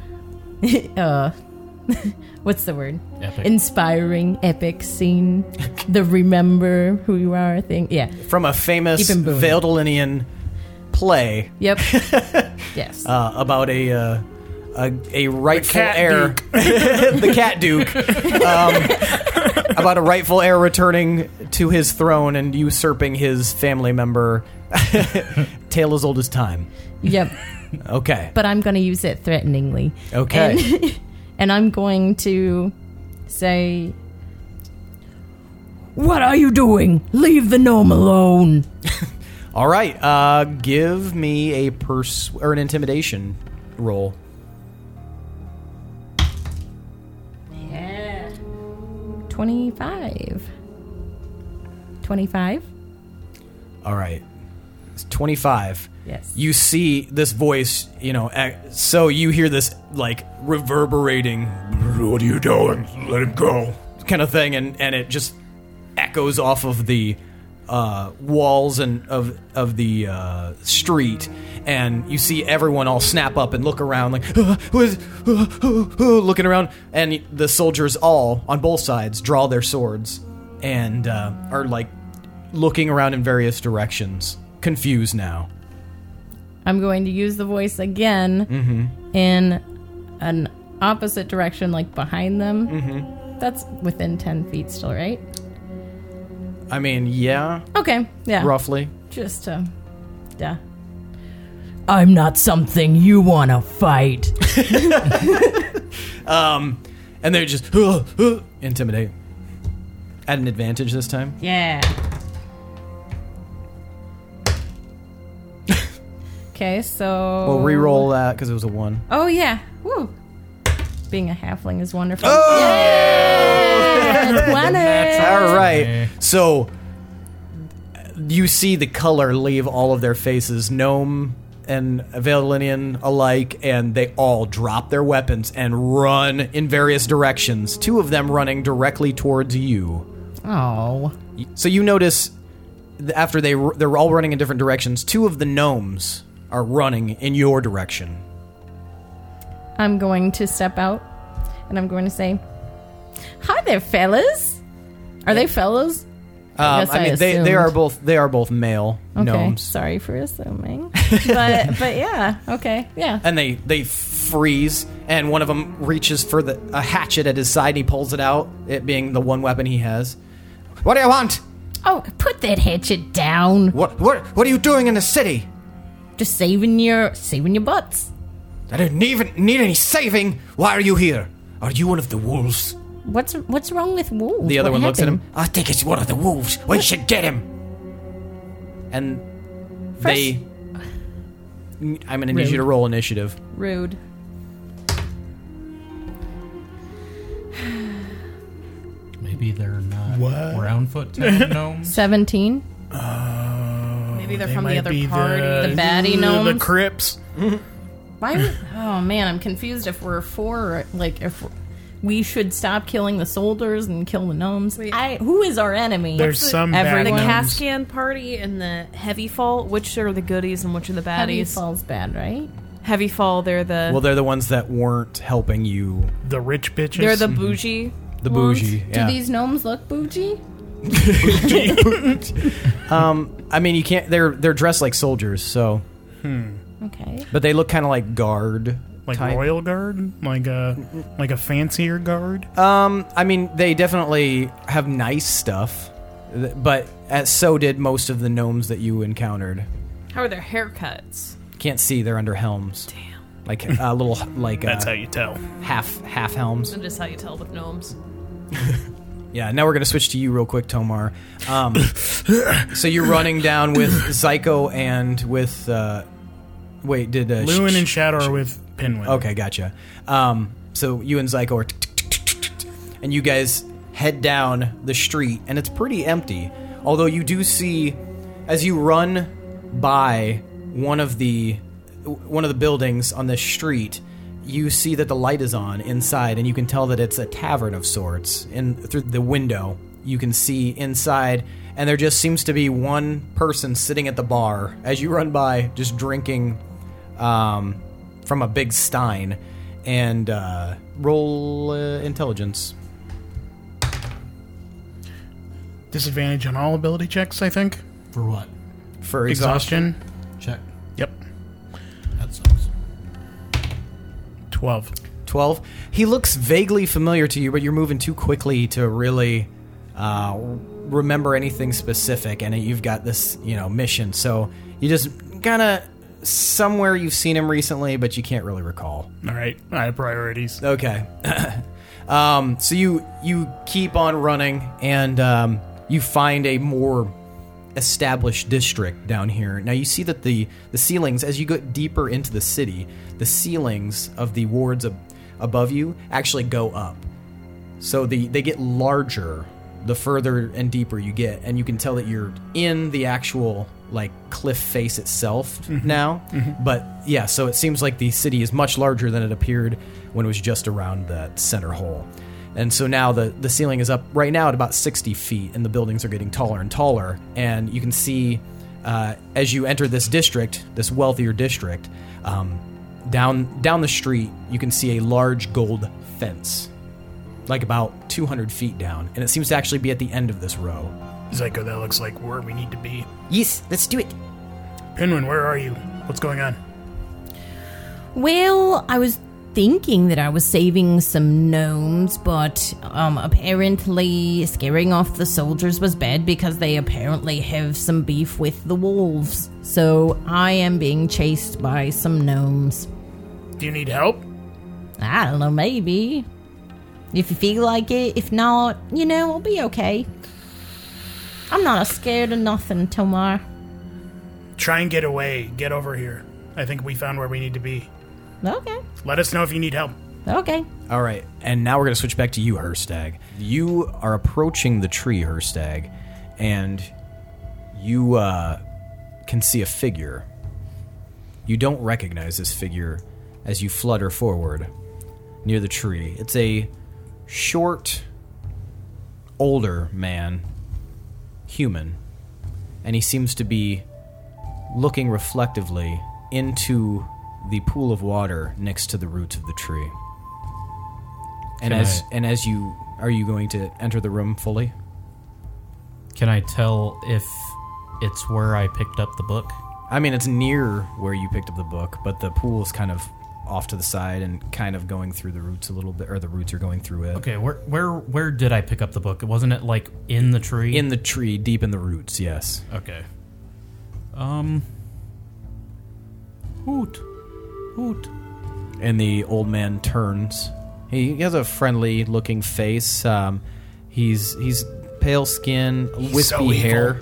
uh, what's the word? Epic. Inspiring epic scene. the remember who you are thing. Yeah. From a famous Deep and booming. Veldolinian play Yep. yes. uh, about a, uh, a a rightful cat heir, the cat duke, um, about a rightful heir returning to his throne and usurping his family member. Tale as old as time. yep. Okay, But I'm going to use it threateningly. okay. And I'm going to say, What are you doing? Leave the gnome alone. All right. Uh, give me a pers or an intimidation roll. Yeah. 25. 25? All right. It's 25. Yes. You see this voice, you know, ac- so you hear this like reverberating What are you doing? Let him go. kind of thing, and, and it just echoes off of the uh, walls and of of the uh, street, and you see everyone all snap up and look around, like "Ah, who is, ah, who- who?" looking around, and the soldiers all on both sides draw their swords and uh, are like looking around in various directions, confused now. I'm going to use the voice again in an opposite direction, like behind them. That's within 10 feet still, right? I mean, yeah, Okay. Yeah. roughly. Just to. Yeah. I'm not something you want to fight. And they just "Ah, ah," intimidate at an advantage this time. Yeah. okay, so. We'll re-roll that because it was a one. Oh, yeah. Woo. Being a halfling is wonderful. Oh! All Eh. right. So you see the color leave all of their faces, gnome and Valinian alike, and they all drop their weapons and run in various directions. Two of them running directly towards you. Oh. So you notice th- after they r- they're all running in different directions. Two of the gnomes are running in your direction. I'm going to step out and I'm going to say, Hi there, fellas. Are they fellas? Um, guess I mean, they, they assumed. are both they are both male Okay. gnomes. Sorry for assuming. but but yeah, okay. Yeah. Uh, and they they f- freeze, and one of them reaches for the a hatchet at his side. and He pulls it out, it being the one weapon he has. What do you want? Oh, put that hatchet down. What what what are you doing in the city? Just saving your saving your butts. I didn't even need any saving. Why are you here? Are you one of the wolves? What's what's wrong with wolves? The other What one looks at him. happened? I think it's one of the wolves. We should get him. And they. I'm gonna need you to roll initiative. Rude. Maybe they're not What? round foot town gnomes. Seventeen. Maybe they're They from might the other be party. The, The baddie The gnomes? Crips. Why? would- oh man, I'm confused. If we're for like if we should stop killing the soldiers and kill the gnomes. I who is our enemy? There's some bad everyone- the gnomes. Caspian party and the Heavy Fall. Which are the goodies and which are the Heavy baddies? falls bad, right? Heavy Fall, they're Uh. the Well, they're the ones that weren't helping you. The rich bitches. they're Mm-hmm. the bougie. The ones. bougie. Yeah. Do these gnomes look bougie? I mean, you can't. They're they're dressed like soldiers, so Okay. but they look kind of like guard. like type. royal guard, like a like a fancier guard. Um, I mean, they definitely have nice stuff, th- but as so did most of the gnomes that you encountered. How are their haircuts? Can't see; they're under helms. Damn. Like uh, a little, like That's how uh, you tell. half half helms. And just how you tell with gnomes. Yeah, now we're gonna switch to you real quick, Tomar. Um, so you're running down with Zyko and with uh, wait, did uh, Lewin Sh- and Sh- Shadow are with Pinwin. Okay, gotcha. Um, so you and Zyko are, tick, tick, tick, tick, tick, tick, and you guys head down the street, and it's pretty empty. Although you do see, as you run by one of the one of the buildings on this street, you see that the light is on inside, and you can tell that it's a tavern of sorts. And through the window, you can see inside. And there just seems to be one person sitting at the bar as you run by, just drinking um, from a big stein and uh, roll uh, intelligence. Disadvantage on all ability checks, I think. For what? For exhaustion, Exhaustion. Check. Yep. That sucks. Twelve. 12. He looks vaguely familiar to you, but you're moving too quickly to really uh, remember anything specific, and you've got this, you know, mission. So you just kind of somewhere you've seen him recently, but you can't really recall. All right. I have priorities. Okay. um, so you you keep on running, and um, you find a more established district down here. Now you see that the the ceilings, as you go deeper into the city, the ceilings of the wards ab- above you actually go up. So the they get larger the further and deeper you get, and you can tell that you're in the actual like cliff face itself now. But yeah, so it seems like the city is much larger than it appeared when it was just around the center hole. And so now the, the ceiling is up right now at about 60 feet, and the buildings are getting taller and taller. And you can see uh, as you enter this district, this wealthier district, um, down down the street, you can see a large gold fence like about 200 feet down, and it seems to actually be at the end of this row. Zyko, that looks like where we need to be. Yes, let's do it. Pinwin, where are you? What's going on? Well, I was thinking that I was saving some gnomes, but um, apparently scaring off the soldiers was bad because they apparently have some beef with the wolves. So I am being chased by some gnomes. Do you need help? I don't know, maybe. If you feel like it, if not, you know, I'll be okay. I'm not scared of nothing, Tomar. Try and get away. Get over here. I think we found where we need to be. Okay, Let us know if you need help. okay. All right, and now we're going to switch back to you, Herstag. You are approaching the tree, Herstag, and you uh, can see a figure. You don't recognize this figure as you flutter forward near the tree. It's a short, older man, human, and he seems to be looking reflectively into the pool of water next to the roots of the tree. And Can as I- and as you are you going to enter the room fully? Can I tell if it's where I picked up the book? I mean, it's near where you picked up the book, but the pool's kind of off to the side and kind of going through the roots a little bit, or the roots are going through it. Okay, where where where did I pick up the book? Wasn't it like in the tree? In the tree, deep in the roots, yes. okay. Um. Hoot, hoot. And the old man turns. He he has a friendly looking face. Um, he's he's pale skin, wispy so evil. hair.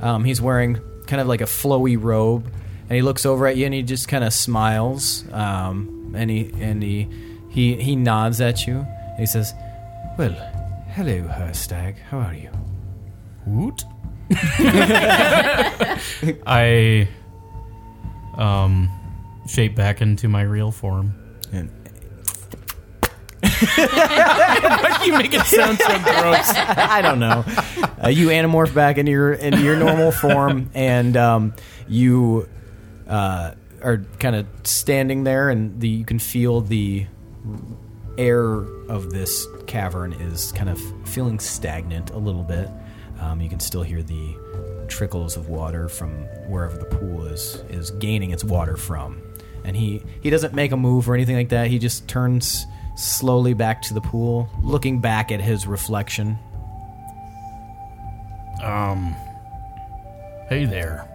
Um, he's wearing kind of like a flowy robe, and he looks over at you and he just kind of smiles. Um, and he and he he he nods at you. And he says, "Well, hello, Herstag. How are you?" Woot. I um shape back into my real form. And You make it sound so gross. I don't know. Uh, you anamorph back into your into your normal form, and um, you uh, are kind of standing there, and the, you can feel the air of this cavern is kind of feeling stagnant a little bit. Um, you can still hear the trickles of water from wherever the pool is is gaining its water from. And he he doesn't make a move or anything like that. He just turns slowly back to the pool, looking back at his reflection. Um Hey there.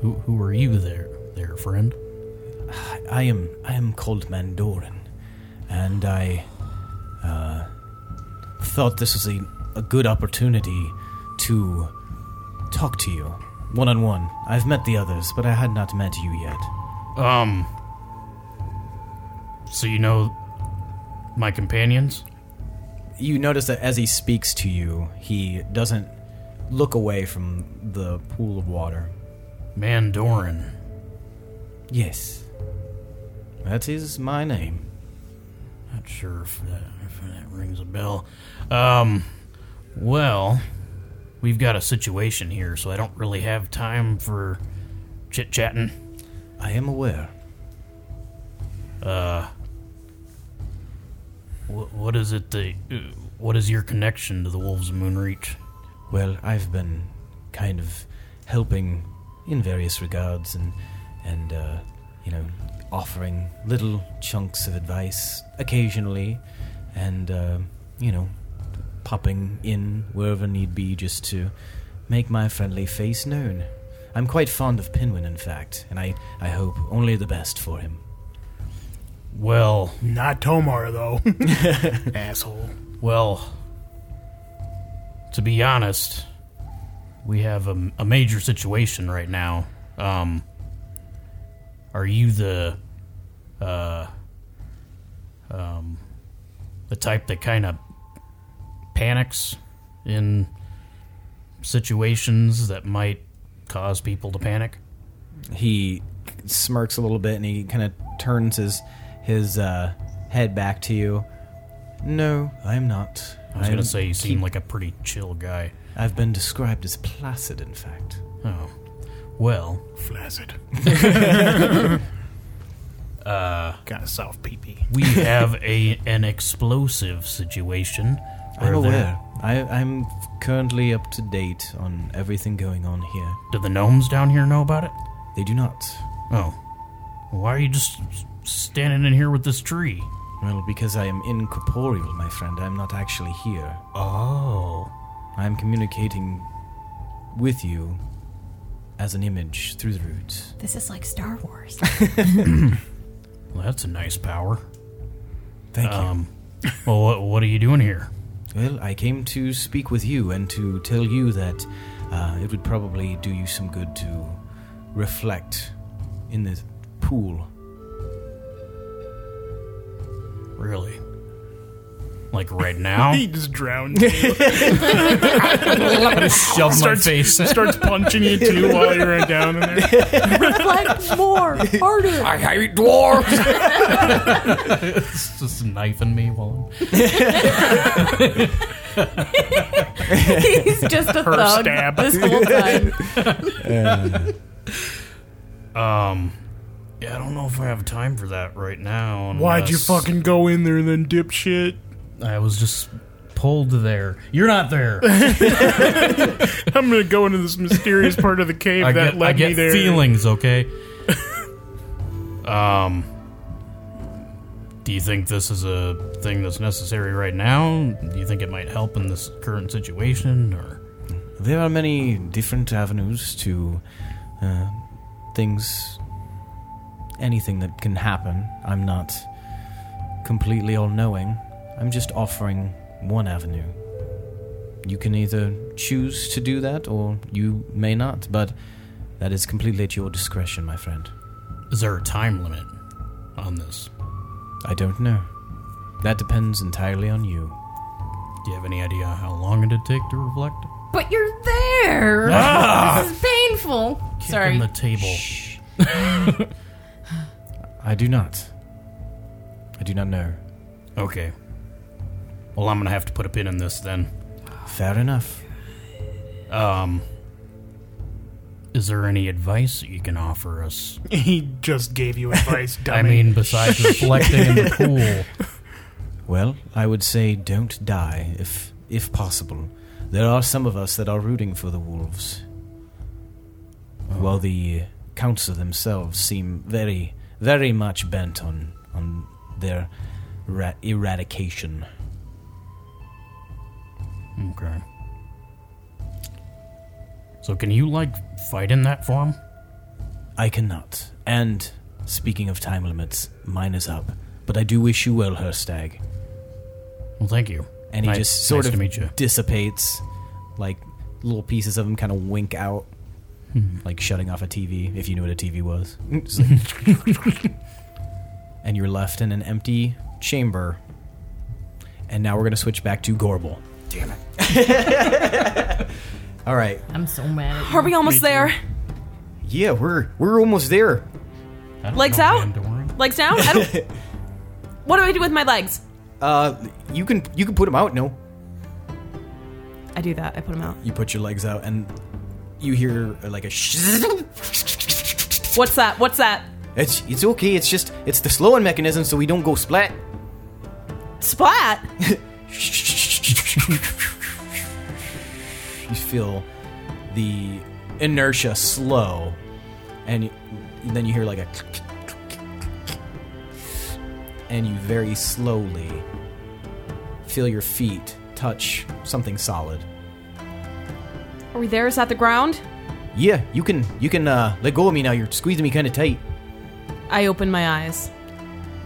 Who who are you there there, friend? I am I am called Mandoran, and I uh, thought this was a, a good opportunity to talk to you one on one. I've met the others, but I had not met you yet. Um So you know my companions? You notice that as he speaks to you, he doesn't look away from the pool of water. Mandoran. Yes, that is my name. Not sure if that, if that rings a bell. Um, well, we've got a situation here, so I don't really have time for chit chatting. I am aware. Wh- what is it that. uh, What is your connection to the Wolves of Moonreach? Well, I've been kind of helping in various regards and, and uh, you know, offering little chunks of advice occasionally and, uh, you know, popping in wherever need be just to make my friendly face known. I'm quite fond of Pinwin, in fact, and I, I hope only the best for him. Well, Not Tomar, though. Asshole. well. To be honest, we have a, a major situation right now. Um, are you the. Uh, um, the type that kind of panics in situations that might cause people to panic. he smirks a little bit and he kind of turns his his uh, head back to you. No, I am not. I was going to say you seem like a pretty chill guy. I've been described as placid, in fact. Oh. Well, Flaccid. uh, kind of soft pee pee. we have a an explosive situation. I'm where there- aware. I, I'm currently up to date on everything going on here. Do the gnomes down here know about it? They do not. Oh. Why are you just s- standing in here with this tree? Well, because I am incorporeal, my friend. I'm not actually here. Oh. I'm communicating with you as an image through the roots. This is like Star Wars. Well, that's a nice power. Thank you. Um, well, what, what are you doing here? Well, I came to speak with you and to tell you that uh, it would probably do you some good to reflect in this pool. Really? Like right now? He just drowned you. Shove my Starts- face. Starts punching you, too, while you're down in there. Reflect more, harder. I hate dwarves. just knifing me while I'm He's just a Her thug stab. this whole time. Yeah, I don't know if I have time for that right now. Why'd you unless- fucking go in there then, dipshit? I was just pulled there. You're not there. I'm gonna go into this mysterious part of the cave I that get, led I get me there. feelings, okay? um, Do you think this is a thing that's necessary right now? Do you think it might help in this current situation? Or There are many different avenues to uh, things, anything that can happen. I'm not completely all knowing. I'm just offering one avenue. You can either choose to do that or you may not, but that is completely at your discretion, my friend. is there a time limit on this? I don't know. That depends entirely on you. Do you have any idea how long it'd take to reflect? But you're there. This is painful. Ah. Kick Sorry. on the table. I do not. I do not know. Okay. Well, I'm gonna have to put a pin in this then. Fair enough. Um, is there any advice that you can offer us? He just gave you advice, dummy. I mean, besides reflecting in the pool, Well, I would say don't die if if possible. There are some of us that are rooting for the wolves. While the council themselves seem very very much bent on on their ra- eradication. okay. So, can you like fight in that form? I cannot. And speaking of time limits, mine is up. But I do wish you well, Herstag. Well, thank you. and he Nice- just sort nice of to meet you. dissipates. Like little pieces of him kind of wink out, Hmm. like shutting off a TV if you knew what a TV was. Just like- and you're left in an empty chamber. And now we're gonna switch back to Gorbel. Damn it! All right, I'm so mad at you. Are we almost there? yeah, we're we're almost there. I don't Legs know, out? man, don't worry. Legs down? I don't. what do I do with my legs? Uh, you can you can put him out. No, I do that. I put them out. you put your legs out, and you hear uh, like a. Sh- What's that? What's that? it's it's okay. It's just it's the slowing mechanism, so we don't go splat. Splat! you feel the inertia slow, and you, then you hear like a, and you very slowly feel your feet touch something solid. Are we there? Is that the ground? Yeah, you can you can uh, let go of me now. You're squeezing me kind of tight. I open my eyes.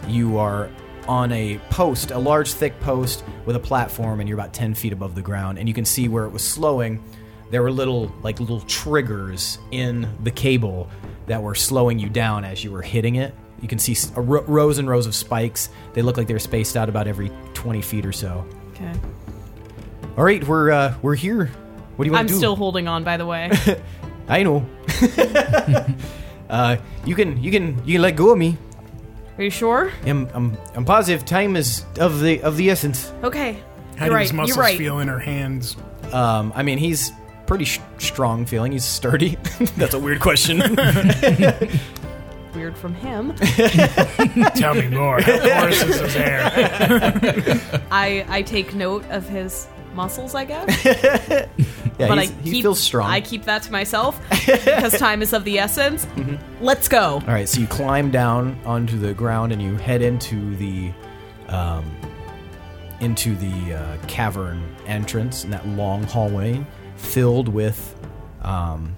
You are on a post, a large, thick post with a platform, and you're about 10 feet above the ground. And you can see where it was slowing. There were little, like little triggers in the cable that were slowing you down as you were hitting it. You can see s- a ro- rows and rows of spikes. They look like they're spaced out about every 20 feet or so. Okay. All right, we're uh, we're here. What do you I'm want to do? still holding on, by the way. I know. uh, you can you can you can let go of me. Are you sure? I'm, I'm I'm positive time is of the of the essence. Okay. How you're do right. his You're muscles right. feel in her hands? Um, I mean, he's pretty sh- strong feeling. He's sturdy. That's a weird question. Weird from him. Tell me more. How coarse is his hair? I I take note of his muscles, I guess. yeah, but I he's- keep, he feels strong. I keep that to myself because time is of the essence. Mm. Let's go. All right, so you climb down onto the ground and you head into the, um, into the uh, cavern entrance in that long hallway filled with, um,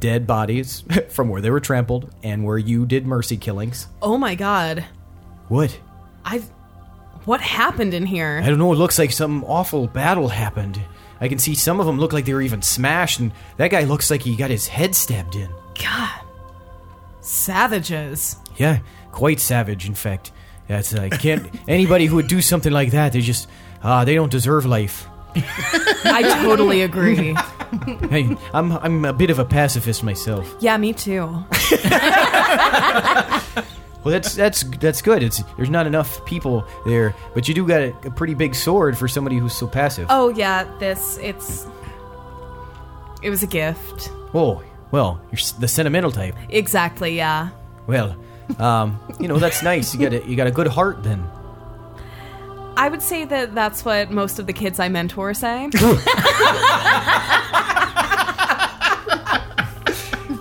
dead bodies from where they were trampled and where you did mercy killings. Oh my god. What? I what happened in here? I don't know. It looks like some awful battle happened. I can see some of them look like they were even smashed, and that guy looks like he got his head stabbed in. God. Savages. Yeah, quite savage, in fact. That's I can't. anybody who would do something like that, they just ah, they don't deserve life. I totally agree. Hey, I'm I'm a bit of a pacifist myself. Yeah, me too. Well, that's that's that's good. It's there's not enough people there, but you do got a, a pretty big sword for somebody who's so passive. Oh yeah, this it's it was a gift. Oh, well, you're s- the sentimental type. Exactly, yeah. Well, um, you know that's nice. You got a, you got a good heart then. I would say that that's what most of the kids I mentor say.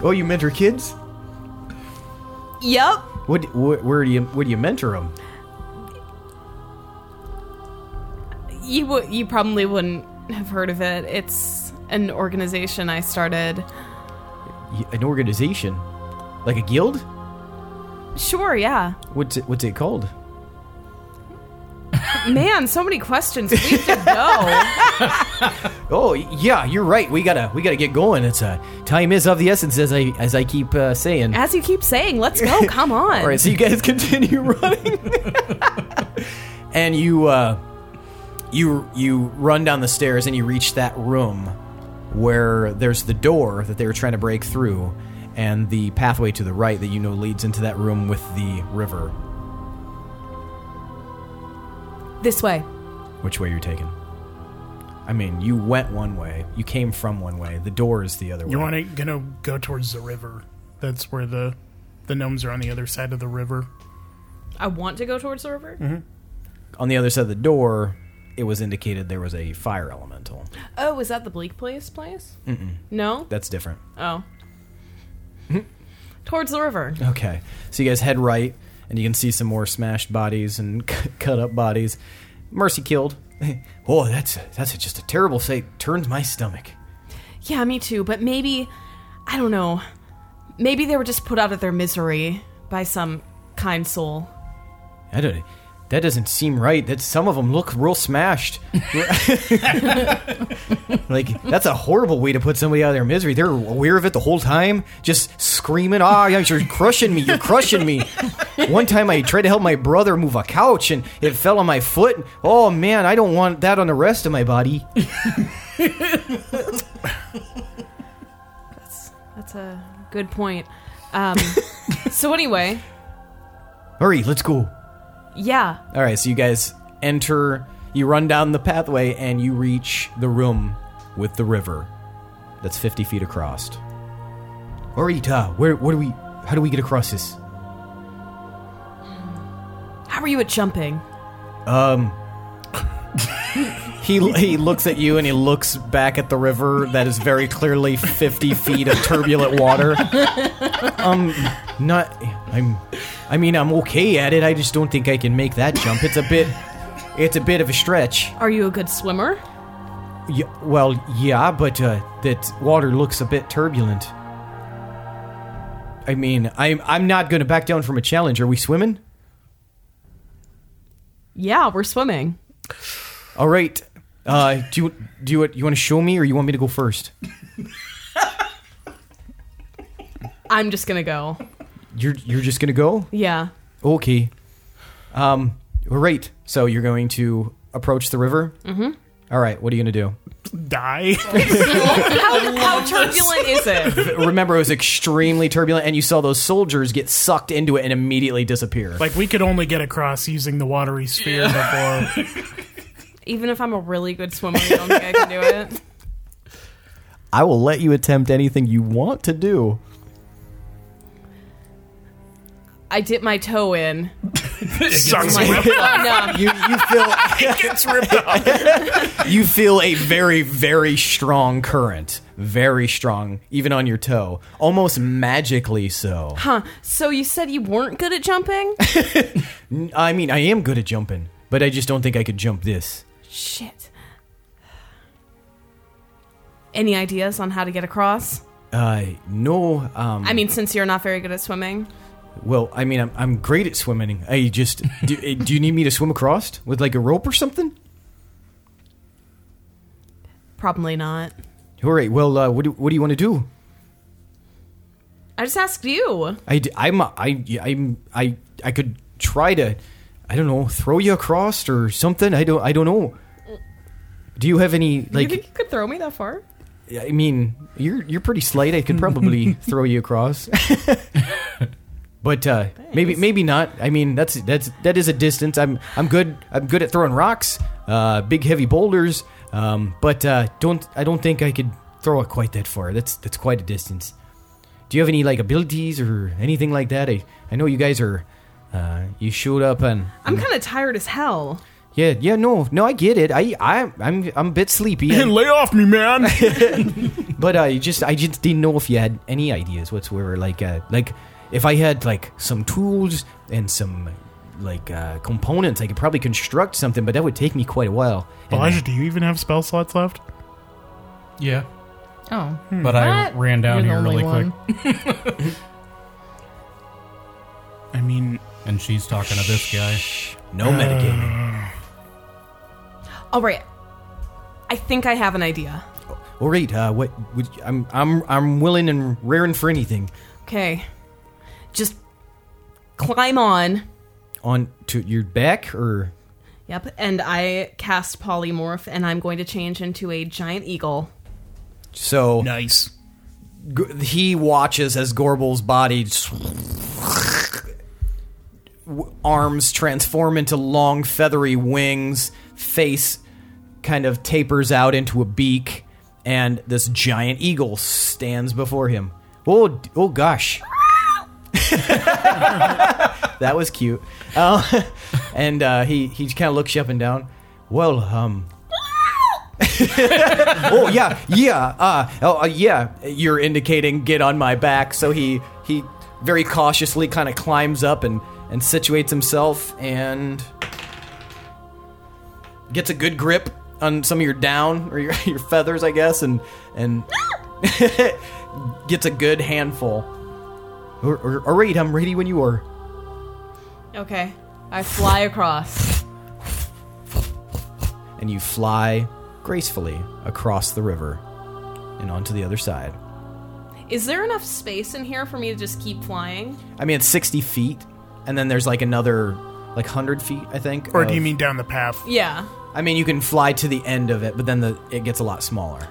Oh, you mentor kids? yep. What wh- where do you where do you mentor them? you w- you probably wouldn't have heard of it. It's an organization I started. Y- An organization, like a guild. Sure, yeah. What's it, what's it called? Man, so many questions. We just know. Oh y- yeah, you're right. We gotta we gotta get going. It's uh, time is of the essence, as I as I keep uh, saying. As you keep saying, let's go. Come on. All right, so you guys continue running, and you uh, you you run down the stairs and you reach that room where there's the door that they were trying to break through, and the pathway to the right that you know leads into that room with the river. This way. Which way you're taking? I mean, you went one way. You came from one way. The door is the other way. You want to gonna go towards the river? That's where the the gnomes are on the other side of the river. I want to go towards the river. on the other side of the door, it was indicated there was a fire elemental. Oh, is that the Bleak Place place? Mm-mm. No. That's different. Oh. towards the river. Okay. So you guys head right, and you can see some more smashed bodies and c- cut up bodies. Mercy killed. oh, that's that's just a terrible sight. Turns my stomach. Yeah, me too. But maybe, I don't know. Maybe they were just put out of their misery by some kind soul. I don't. That doesn't seem right. That some of them look real smashed. like that's a horrible way to put somebody out of their misery. They're aware of it the whole time, just screaming, "Ah, yeah, you're crushing me! You're crushing me!" One time, I tried to help my brother move a couch, and it fell on my foot. Oh man, I don't want that on the rest of my body. That's a good point. Um, so anyway, Hurry, let's go. yeah, All right, so you guys enter, you run down the pathway, and you reach the room with the river that's 50 feet across. Orita, where, where do we, how do we get across this? how are you at jumping? He, he looks at you and he looks back at the river that is very clearly 50 feet of turbulent water. Um, not, I'm, I mean, I'm okay at it. I just don't think I can make that jump. It's a bit, it's a bit of a stretch. Are you a good swimmer? Yeah, well, yeah, but uh, that water looks a bit turbulent. I mean, I'm I'm not going to back down from a challenge. Are we swimming? Yeah, we're swimming. All right. Uh, do you do you, you want to show me, or you want me to go first? I'm just gonna go. You're you're just gonna go? Yeah. Okay. Um. All right. So you're going to approach the river. Mm-hmm. All right. What are you gonna do? Die. How turbulent is it? Remember, it was extremely turbulent, and you saw those soldiers get sucked into it and immediately disappear. like we could only get across using the watery sphere before. Even if I'm a really good swimmer, I don't think I can do it. I will let you attempt anything you want to do. I dip my toe in. Sucks Like, rip- Oh, no, You you feel gets ripped off. you feel a very very strong current, very strong, even on your toe, almost magically so. Huh. So you said you weren't good at jumping? I mean, I am good at jumping, but I just don't think I could jump this. Shit. Any ideas on how to get across? Uh, no. Um, I mean, since you're not very good at swimming. well, I mean, I'm I'm great at swimming. I just do, eh, do you need me to swim across with like a rope or something? Probably not. All right. Well, uh, what do, what do you want to do? I just asked you. I, d- I'm, I, I'm, I, I could try to, I don't know, throw you across or something. I don't, I don't know. Do you have any like? you could throw me that far? I mean, you're you're pretty slight. I could probably throw you across. But uh, maybe maybe not. I mean that's that's that is a distance. I'm I'm good. I'm good at throwing rocks, uh, big heavy boulders. Um, but uh, don't I don't think I could throw it quite that far. That's that's quite a distance. Do you have any like abilities or anything like that? I I know you guys are. Uh, you showed up and I'm kind of tired as hell. yeah yeah no no I get it. I I I'm I'm a bit sleepy. I- Lay off me, man. But I just I just didn't know if you had any ideas whatsoever. Like uh, like if I had like some tools and some like uh, components. I could probably construct something, but that would take me quite a while. And- Elijah, do you even have spell slots left? Yeah. Oh, But I What? ran down You're the here only really one. quick, I mean, and she's talking to this guy. no metagaming. All right. I think I have an idea. All right, uh, what? Would you- I'm I'm I'm willing and raring for anything. Okay. Just climb on. On to your back or Yep. And I cast polymorph, and I'm going to change into a giant eagle. so. nice. G- he watches as Gorbel's body just- w- arms transform into long feathery wings, face kind of tapers out into a beak, and this giant eagle stands before him. Oh, d- oh gosh. that was cute. Uh, and uh, he he kind of looks you up and down. Well, um, oh yeah, yeah, uh, oh uh, yeah. You're indicating get on my back. So he he very cautiously kind of climbs up and and situates himself and gets a good grip on some of your down or your, your feathers, I guess, and and gets a good handful. All all- all right, I'm ready when you are. Okay. I fly across. and you fly gracefully across the river and onto the other side. Is there enough space in here for me to just keep flying? I mean, it's 60 feet, and then there's like another like 100 feet, I think. Or of- do you mean down the path? Yeah. I mean, you can fly to the end of it, but then the, it gets a lot smaller.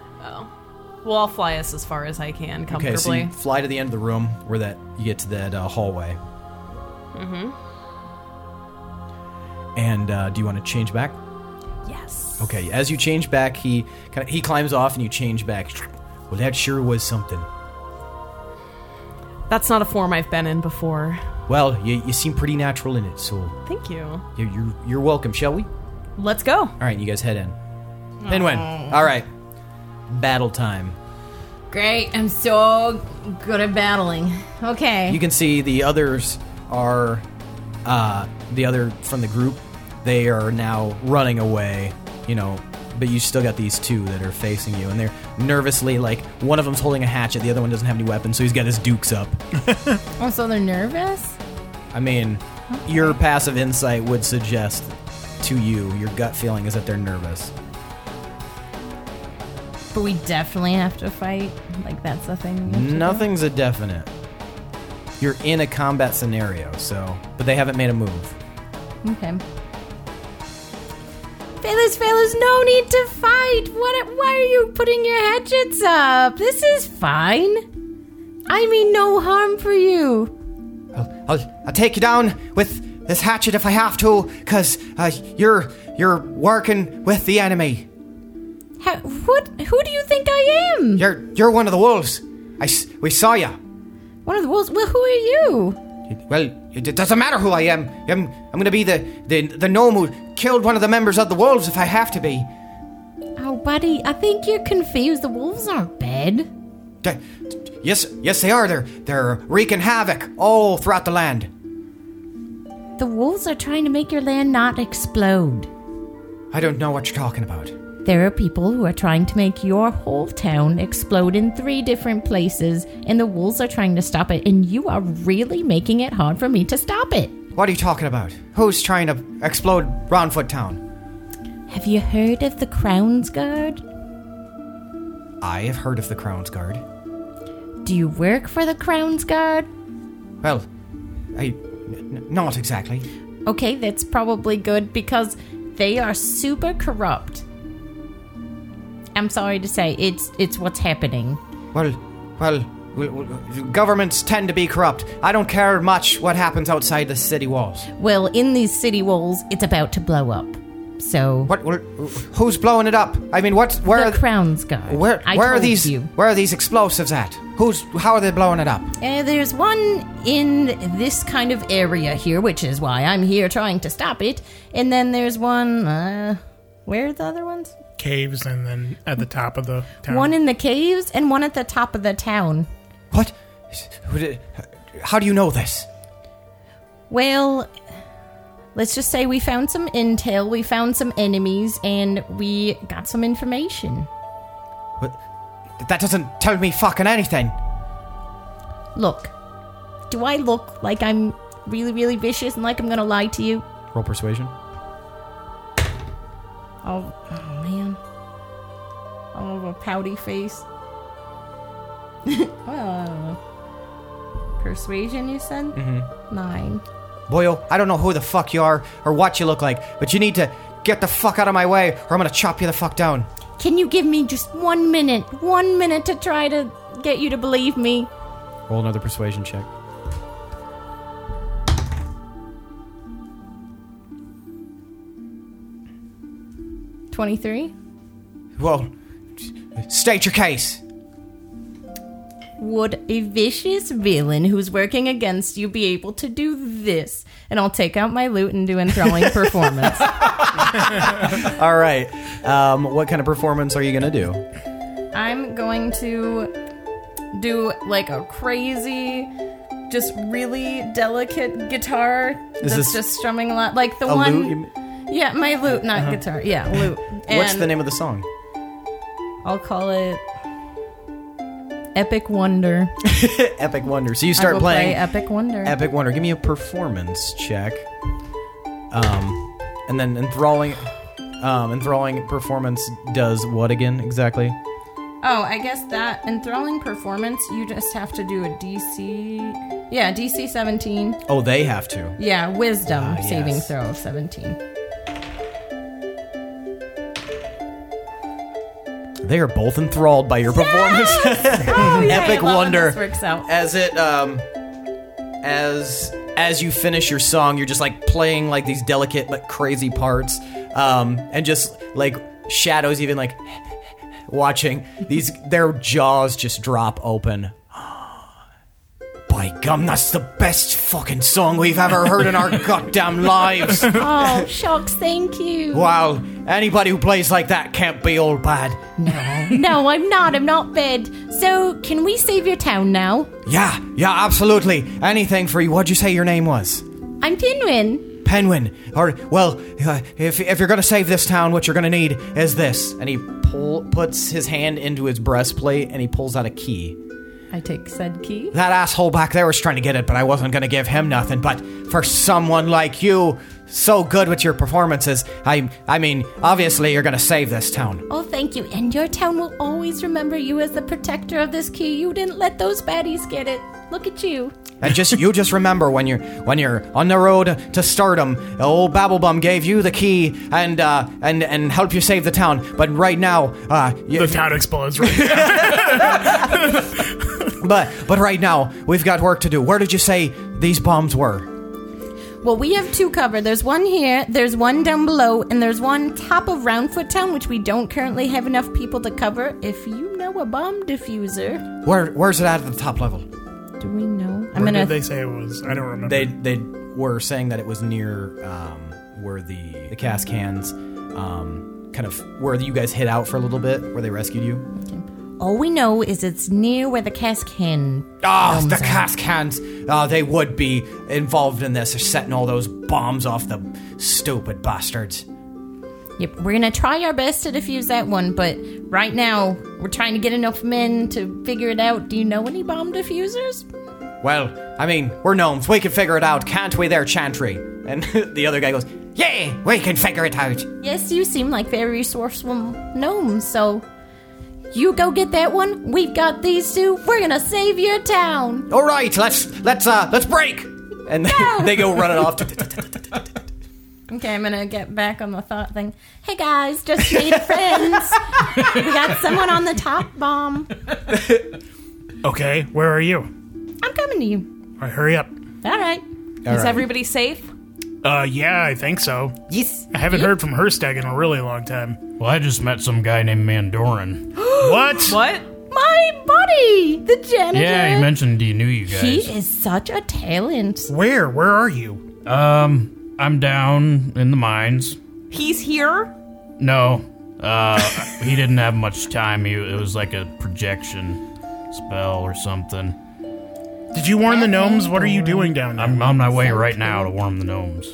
Well, I'll fly us as far as I can Okay, so comfortably. you fly to the end of the room where that you get to that uh, hallway. Mm-hmm. And uh, do you want to change back? Yes. Okay, as you change back, he kind of he climbs off, and you change back. Well, that sure was something. That's not a form I've been in before. Well, you, you seem pretty natural in it, so Thank you. You're, you're, you're welcome, shall we? All Let's go. right, you guys head in. Pinwin. All right. Battle time. great! I'm so good at battling. Okay, You can see the others are, uh, the other from the group, they are now running away, you know, but you still got these two that are facing you, and they're nervously, like, one of them's holding a hatchet, the other one doesn't have any weapons, so he's got his dukes up. oh, so they're nervous. I mean, your passive insight would suggest to you, your gut feeling is that they're nervous. But we definitely have to fight. Like that's the thing. we have to do. Nothing's a definite. You're in a combat scenario, so but they haven't made a move. Mm-hmm. Okay. Failures, failures, no need to fight. What? Why are you putting your hatchets up? This is fine. I mean, no harm for you. I'll, I'll, I'll take you down with this hatchet if I have to, cause uh, you're you're working with the enemy. Ha- what? Who do you think I am? You're you're one of the wolves. I s- we saw you. One of the wolves. Well, who are you? Well, it, it doesn't matter who I am. I'm I'm gonna be the, the the gnome who killed one of the members of the wolves if I have to be. Oh, buddy, I think you're confused. The wolves aren't bad. D- yes, yes they are. They're they're wreaking havoc all throughout the land. The wolves are trying to make your land not explode. I don't know what you're talking about. There are people who are trying to make your whole town explode in three different places, and the wolves are trying to stop it, and you are really making it hard for me to stop it. What are you talking about? Who's trying to explode Roundfoot Town? Have you heard of the Crown's Guard? I have heard of the Crown's Guard. Do you work for the Crown's Guard? Well, I. N- not exactly. Okay, that's probably good because they are super corrupt. I'm sorry to say, it's it's what's happening. Well, well, w- w- governments tend to be corrupt. I don't care much what happens outside the city walls. Well, in these city walls, it's about to blow up. So What? Well, who's blowing it up? I mean, what? Where are the Crown's Guard. where, I where are told these? you. Where are these explosives at? Who's? How are they blowing it up? Uh, there's one in this kind of area here, which is why I'm here trying to stop it. And then there's one. Uh, where are the other ones? Caves and then at the top of the town. One in the caves and one at the top of the town. What? How do you know this? Well, let's just say we found some intel, we found some enemies, and we got some information. That doesn't tell me fucking anything. Look, do I look like I'm really, really vicious and like I'm gonna lie to you? Roll persuasion. Oh, oh man. All of a pouty face. oh. Persuasion, you said? Mm-hmm. Nine. Boyle, I don't know who the fuck you are or what you look like, but you need to get the fuck out of my way or I'm gonna chop you the fuck down. Can you give me just one minute? One minute to try to get you to believe me? Roll another persuasion check. Twenty-three. Well, state your case. Would a vicious villain who's working against you be able to do this? And I'll take out my loot and do enthralling performance. All right. Um, what kind of performance are you gonna do? I'm going to do like a crazy, just really delicate guitar Is that's this just strumming a lot. Like the A one. lute? You m- Yeah, my lute, not guitar. Yeah, lute. And What's the name of the song? I'll call it Epic Wonder. Epic Wonder. So you I start will play um, playing Epic Wonder. Epic Wonder. Give me a performance check. Um, and then enthralling, um, enthralling performance does what again exactly? oh, I guess that enthralling performance, you just have to do a DC. Yeah, DC 17. Oh, they have to. Yeah, wisdom Ah, saving yes. throw of 17. They are both enthralled by your performance. Oh, yay, Epic I love when Wonder. This works out. as it um as as you finish your song you're just like playing like these delicate but crazy parts um and just like shadows even like watching these their jaws just drop open by gum that's the best fucking song we've ever heard in our goddamn lives Oh, shucks, thank you. wow anybody who plays like that can't be all bad No, I'm not. I'm not bad. So, can we save your town now? yeah yeah absolutely anything for you what'd you say your name was I'm Pinwin. Penguin, or well, uh, if, if you're gonna save this town, what you're gonna need is this. And he pull puts his hand into his breastplate and he pulls out a key. I take said key. That asshole back there was trying to get it, but I wasn't gonna give him nothing. But for someone like you, so good with your performances, I I mean, obviously you're gonna save this town. Oh, thank you. And your town will always remember you as the protector of this key. You didn't let those baddies get it. Look at you. And just you just remember when you're when you're on the road to stardom, old Babblebum gave you the key and uh, and and help you save the town. But right now, uh, you, The town explodes right now. But but right now we've got work to do. Where did you say these bombs were? Well, we have two covered. There's one here, there's one down below, and there's one top of Roundfoot Town, which we don't currently have enough people to cover. If you know a bomb diffuser, Where where's it at at the top level? do we know? I'm Where gonna. did they say it was? I don't remember. They they were saying that it was near um, where the the cask cans um, kind of where you guys hid out for a little bit where they rescued you. All we know is it's near where the cask hen. Ah, the cask cans. Ah, they would be involved in this, setting all those bombs off the stupid bastards. Yep, we're gonna try our best to defuse that one, but right now we're trying to get enough men to figure it out. Do you know any bomb diffusers? Well, I mean, we're gnomes. We can figure it out, can't we, there, Chantry? And the other guy goes, "Yeah, we can figure it out." Yes, you seem like very resourceful gnomes, so you go get that one. We've got these two. We're gonna save your town. all right let's let's uh let's break and they, they go running off Okay, I'm gonna get back on the thought thing. Hey guys, just made friends. we got someone on the top bomb. okay, where are you? I'm coming to you. All right, hurry up. All right. Is everybody safe? Uh, yeah, I think so. Yes. I haven't heard from Herstag in a really long time. Well, I just met some guy named Mandoran. What? What? My buddy, the janitor. Yeah, he mentioned he knew you guys. He is such a talent. Where? Where are you? Um, I'm down in the mines. He's here. No, uh, he didn't have much time. He, it was like a projection spell or something. Did you warn the gnomes? What are you doing down there? I'm on my way right now to warm the gnomes.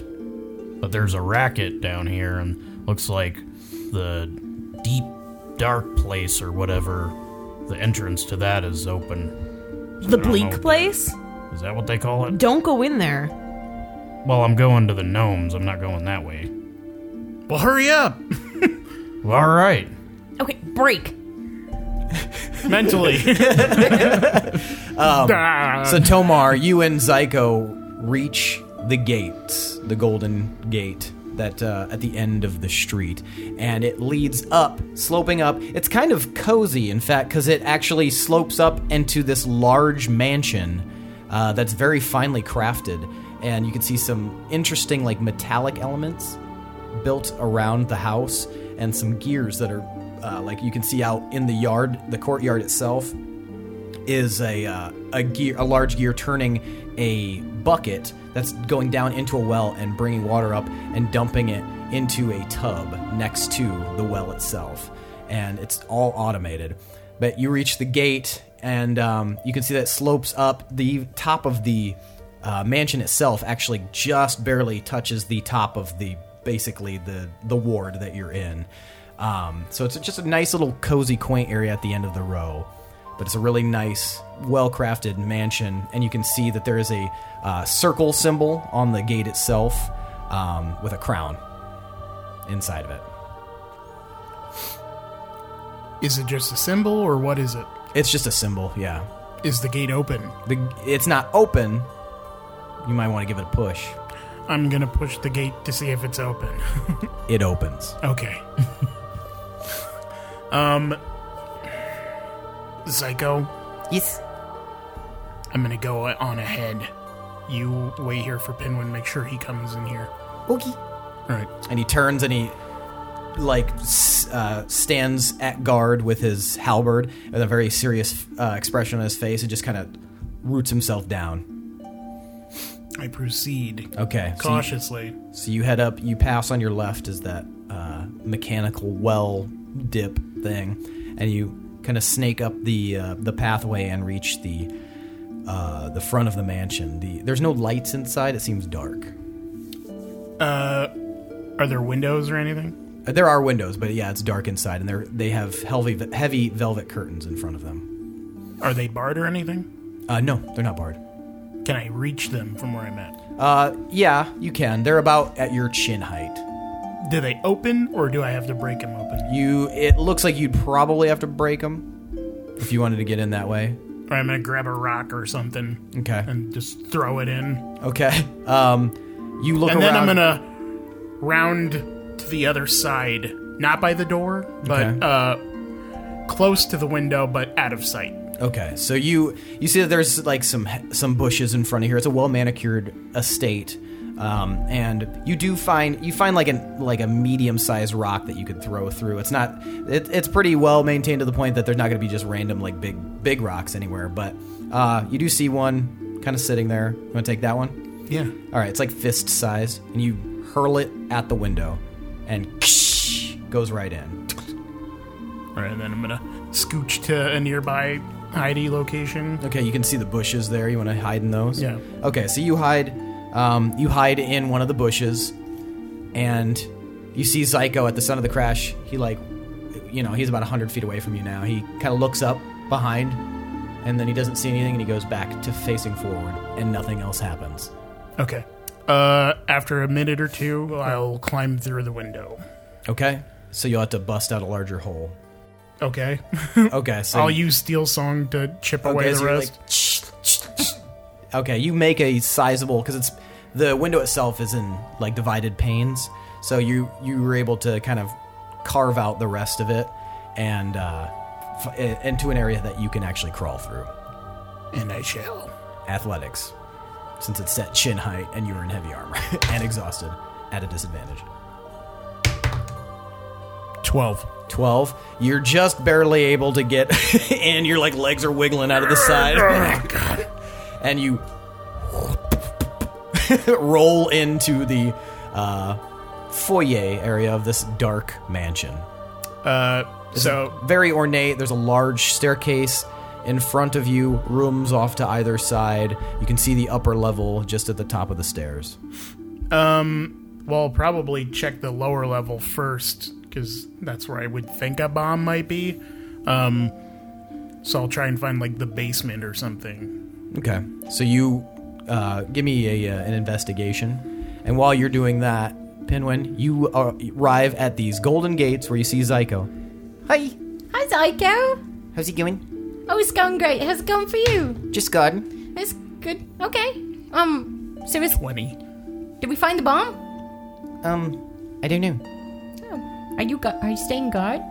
But there's a racket down here, and looks like the deep, dark place or whatever. The entrance to that is open. The don't know. bleak place? Is that what they call it? Don't go in there. Well, I'm going to the gnomes. I'm not going that way. Well, hurry up! Well, all right. Okay, break. Mentally. Ah. So Tomar, you and Zyko reach the gates, the golden gate that uh, at the end of the street, and it leads up, sloping up. It's kind of cozy, in fact, because it actually slopes up into this large mansion uh, that's very finely crafted, and you can see some interesting, like metallic elements built around the house, and some gears that are. Uh, like you can see out in the yard, the courtyard itself, is a uh, a gear a large gear turning a bucket that's going down into a well and bringing water up and dumping it into a tub next to the well itself and it's all automated but you reach the gate and um, you can see that slopes up the top of the uh, mansion itself actually just barely touches the top of the basically the the ward that you're in um, so it's just a nice little cozy quaint area at the end of the row but it's a really nice, well crafted mansion. And you can see that there is a uh, circle symbol on the gate itself um, with a crown inside of it. Is it just a symbol or what is it? It's just a symbol, yeah. Is the gate open? The, it's not open. You might want to give it a push. I'm gonna push the gate to see if it's open. It opens. Okay. um, Psycho, Yes. I'm gonna go on ahead. You wait here for Pinwin. Make sure he comes in here. Okay. All right. And he turns and he like s- uh, stands at guard with his halberd with a very serious uh, expression on his face and just kind of roots himself down. I proceed Okay. so you- cautiously. So you head up, you pass on your left is that uh, mechanical well dip thing, and you kind of snake up the uh, the pathway and reach the uh, the front of the mansion. The there's no lights inside; it seems dark. Are there windows or anything? Uh, There are windows, but yeah, it's dark inside, and they are they have heavy heavy velvet curtains in front of them. Are they barred or anything? Uh, no, they're not barred. Can I reach them from where I'm at? Uh, yeah, you can. They're about at your chin height. Do they open or do I have to break them open? You it looks like you'd probably have to break them if you wanted to get in that way. Or I'm gonna grab a rock or something Okay. and just throw it in, Okay. Um, you look and around. then I'm gonna round to the other side, not by the door, but Okay. uh, close to the window, but out of sight. Okay, so you you see that there's like some some bushes in front of here. It's a well manicured estate, um, and you do find you find like an like a medium sized rock that you could throw through. It's not it, it's pretty well maintained to the point that there's not going to be just random like big big rocks anywhere. But uh, you do see one kind of sitting there. You want to take that one? Yeah. All right, it's like fist size, and you hurl it at the window, and goes right in. All right, then I'm gonna scooch to a nearby ID location. Okay, you can see the bushes there. You want to hide in those? Yeah. Okay, so you hide, um, you hide in one of the bushes, and you see Zyko at the sound of the crash. He like, you know, he's about hundred feet away from you now. He kind of looks up behind, and then he doesn't see anything, and he goes back to facing forward, and nothing else happens. Okay. Uh, after a minute or two, I'll climb through the window. Okay, so you'll have to bust out a larger hole. Okay. Okay, so I'll use steel song to chip away the so you're rest. like, okay, you make a sizable because it's the window itself is in like divided panes, so you you were able to kind of carve out the rest of it and uh, f- i- into an area that you can actually crawl through. and I shall. Athletics, since it's at chin height and you are in heavy armor and exhausted at a disadvantage. Twelve. 12 you're just barely able to get in your like legs are wiggling out of the side and you roll into the uh, foyer area of this dark mansion Uh, so very ornate there's a large staircase in front of you rooms off to either side you can see the upper level just at the top of the stairs Well, I'll probably check the lower level first because that's where I would think a bomb might be. Um, so I'll try and find like the basement or something. Okay. So you uh, give me a, uh, an investigation, and while you're doing that, Pinwin, you uh, arrive at these golden gates where you see Zyko. Hi. Hi, Zyko. How's it going? Oh, it's going great. How's it going for you? Just good. It's good. Okay. Um, so it's, Twenty. did we find the bomb? Um, I don't know. Oh. Are you gu- are you staying guard?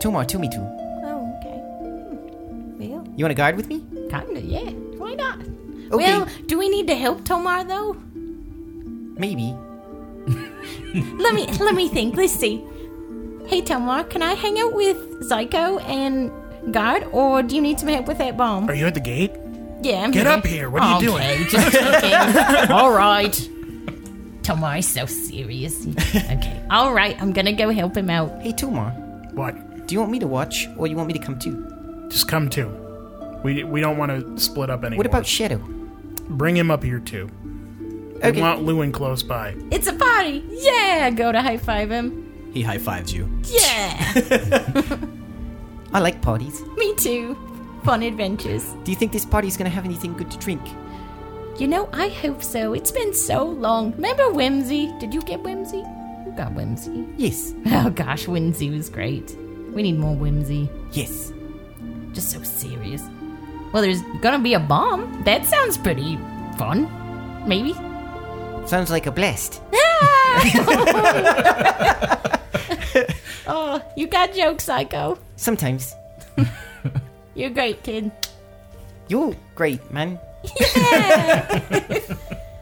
Tomar, tell me to. Oh, okay. Well, You want to guide with me? kinda, yeah. Why not? Well, do we need to help Tomar though? maybe. Let me let me think. Let's see. Hey Tomar, can I hang out with Zyko and Guard, or do you need some help with that bomb? Are you at the gate? Yeah, I'm Get here. up here! What are you okay, doing? just joking. All right. Tomar is so serious. Okay. All right, I'm gonna go help him out. Hey, Tomar, What? do you want me to watch or you want me to come too? Just come too. We we don't want to split up anymore. What about Shadow? bring him up here too? We Okay. want Lewin close by. It's a party. Yeah, go to high five him. He high fives you. Yeah, I like parties. me too. Fun adventures. Do you think this party's gonna have anything good to drink? You know, I hope so. It's been so long. Remember Whimsy? Did you get Whimsy? You got Whimsy. Yes. Oh gosh, Whimsy was great. We need more Whimsy. Yes. Just so serious. Well, there's gonna be a bomb. That sounds pretty fun. Maybe. Sounds like a blast. Oh, you got jokes, Psycho. Sometimes. You're great, kid. You're great, man.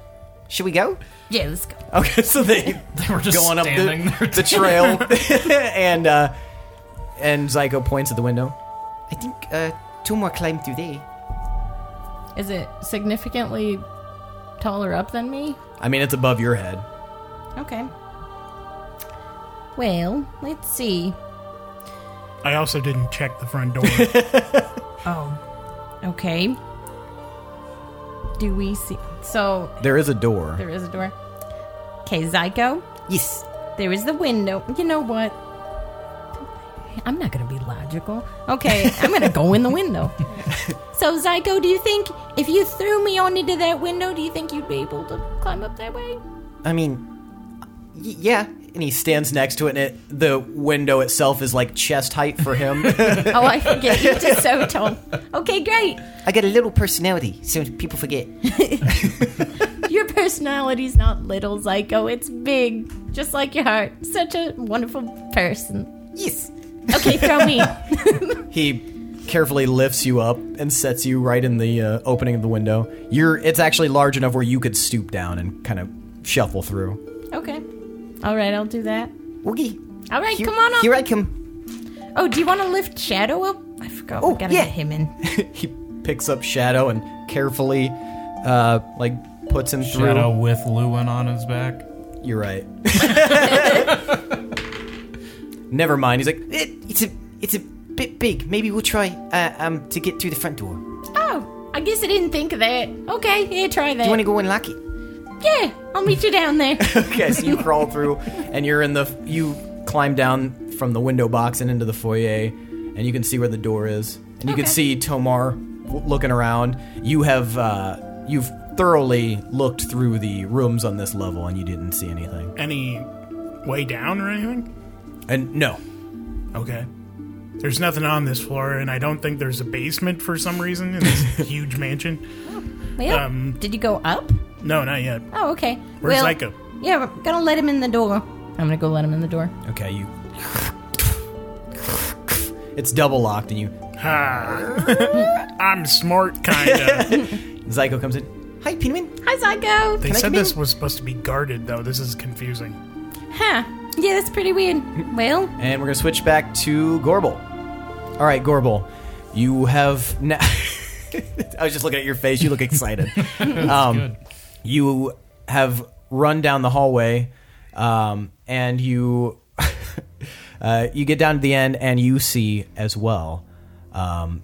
Should we go? Yeah, let's go. Okay, so they We're just going up standing the, there. the trail, and uh, and Zyko points at the window. I think uh, two more climb through there. Is it significantly taller up than me? I mean, it's above your head. Okay. Well, let's see. I also didn't check the front door. Oh, Okay. Do we see? So There is a door. there is a door. Okay, Zyko. Yes. There is the window. You know what? I'm not going to be logical. Okay, I'm going to go in the window. So, Zyko, do you think if you threw me on into that window, do you think you'd be able to climb up that way? I mean, y- yeah. And he stands next to it, and it, the window itself is like chest height for him. Oh, I forget. You're just so tall. Okay, great. I got a little personality, so people forget. Your personality's not little, Zyko. It's big, just like your heart. Such a wonderful person. Yes. Okay, throw me. He carefully lifts you up and sets you right in the uh, opening of the window. You're it's actually large enough where you could stoop down and kind of shuffle through. Okay. All right, I'll do that. Okay. All right, come on up. Here I come. Oh, do you want to lift Shadow up? I forgot. Oh, we gotta yeah. get him in. he picks up Shadow and carefully uh like puts him Shadow with Lewin on his back. through. You're right. Never mind. He's like, it, it's a it's a bit big. Maybe we'll try uh, um to get through the front door. Do Oh, I guess I didn't think of that. Okay, here, try that. you want to go unlock it? yeah, I'll meet you down there. Okay, so you crawl through, and you're in the you climb down from the window box and into the foyer, and you can see where the door is, and you can see Tomar w- looking around. You have uh, you've thoroughly looked through the rooms on this level, and you didn't see anything. Any way down or anything? And no, Okay. There's nothing on this floor, and I don't think there's a basement for some reason in this huge mansion. well, did you go up? No, not yet. Oh, okay. Um, Where's well, Zyko? Yeah, we're gonna let him in the door. I'm gonna go let him in the door. okay, you. It's double locked, and you Ha! I'm smart, kinda. Zyko comes in. Hi, Pinwin. Hi, Zyko. they I said come this in? was supposed to be guarded, though. This is confusing. Huh? Yeah, that's pretty weird. Well, And we're gonna switch back to Gorbel. All right, Gorbel, you have now. I was just looking at your face. You look excited. um, you have run down the hallway, um, and you uh, you get down to the end, and you see as well, um,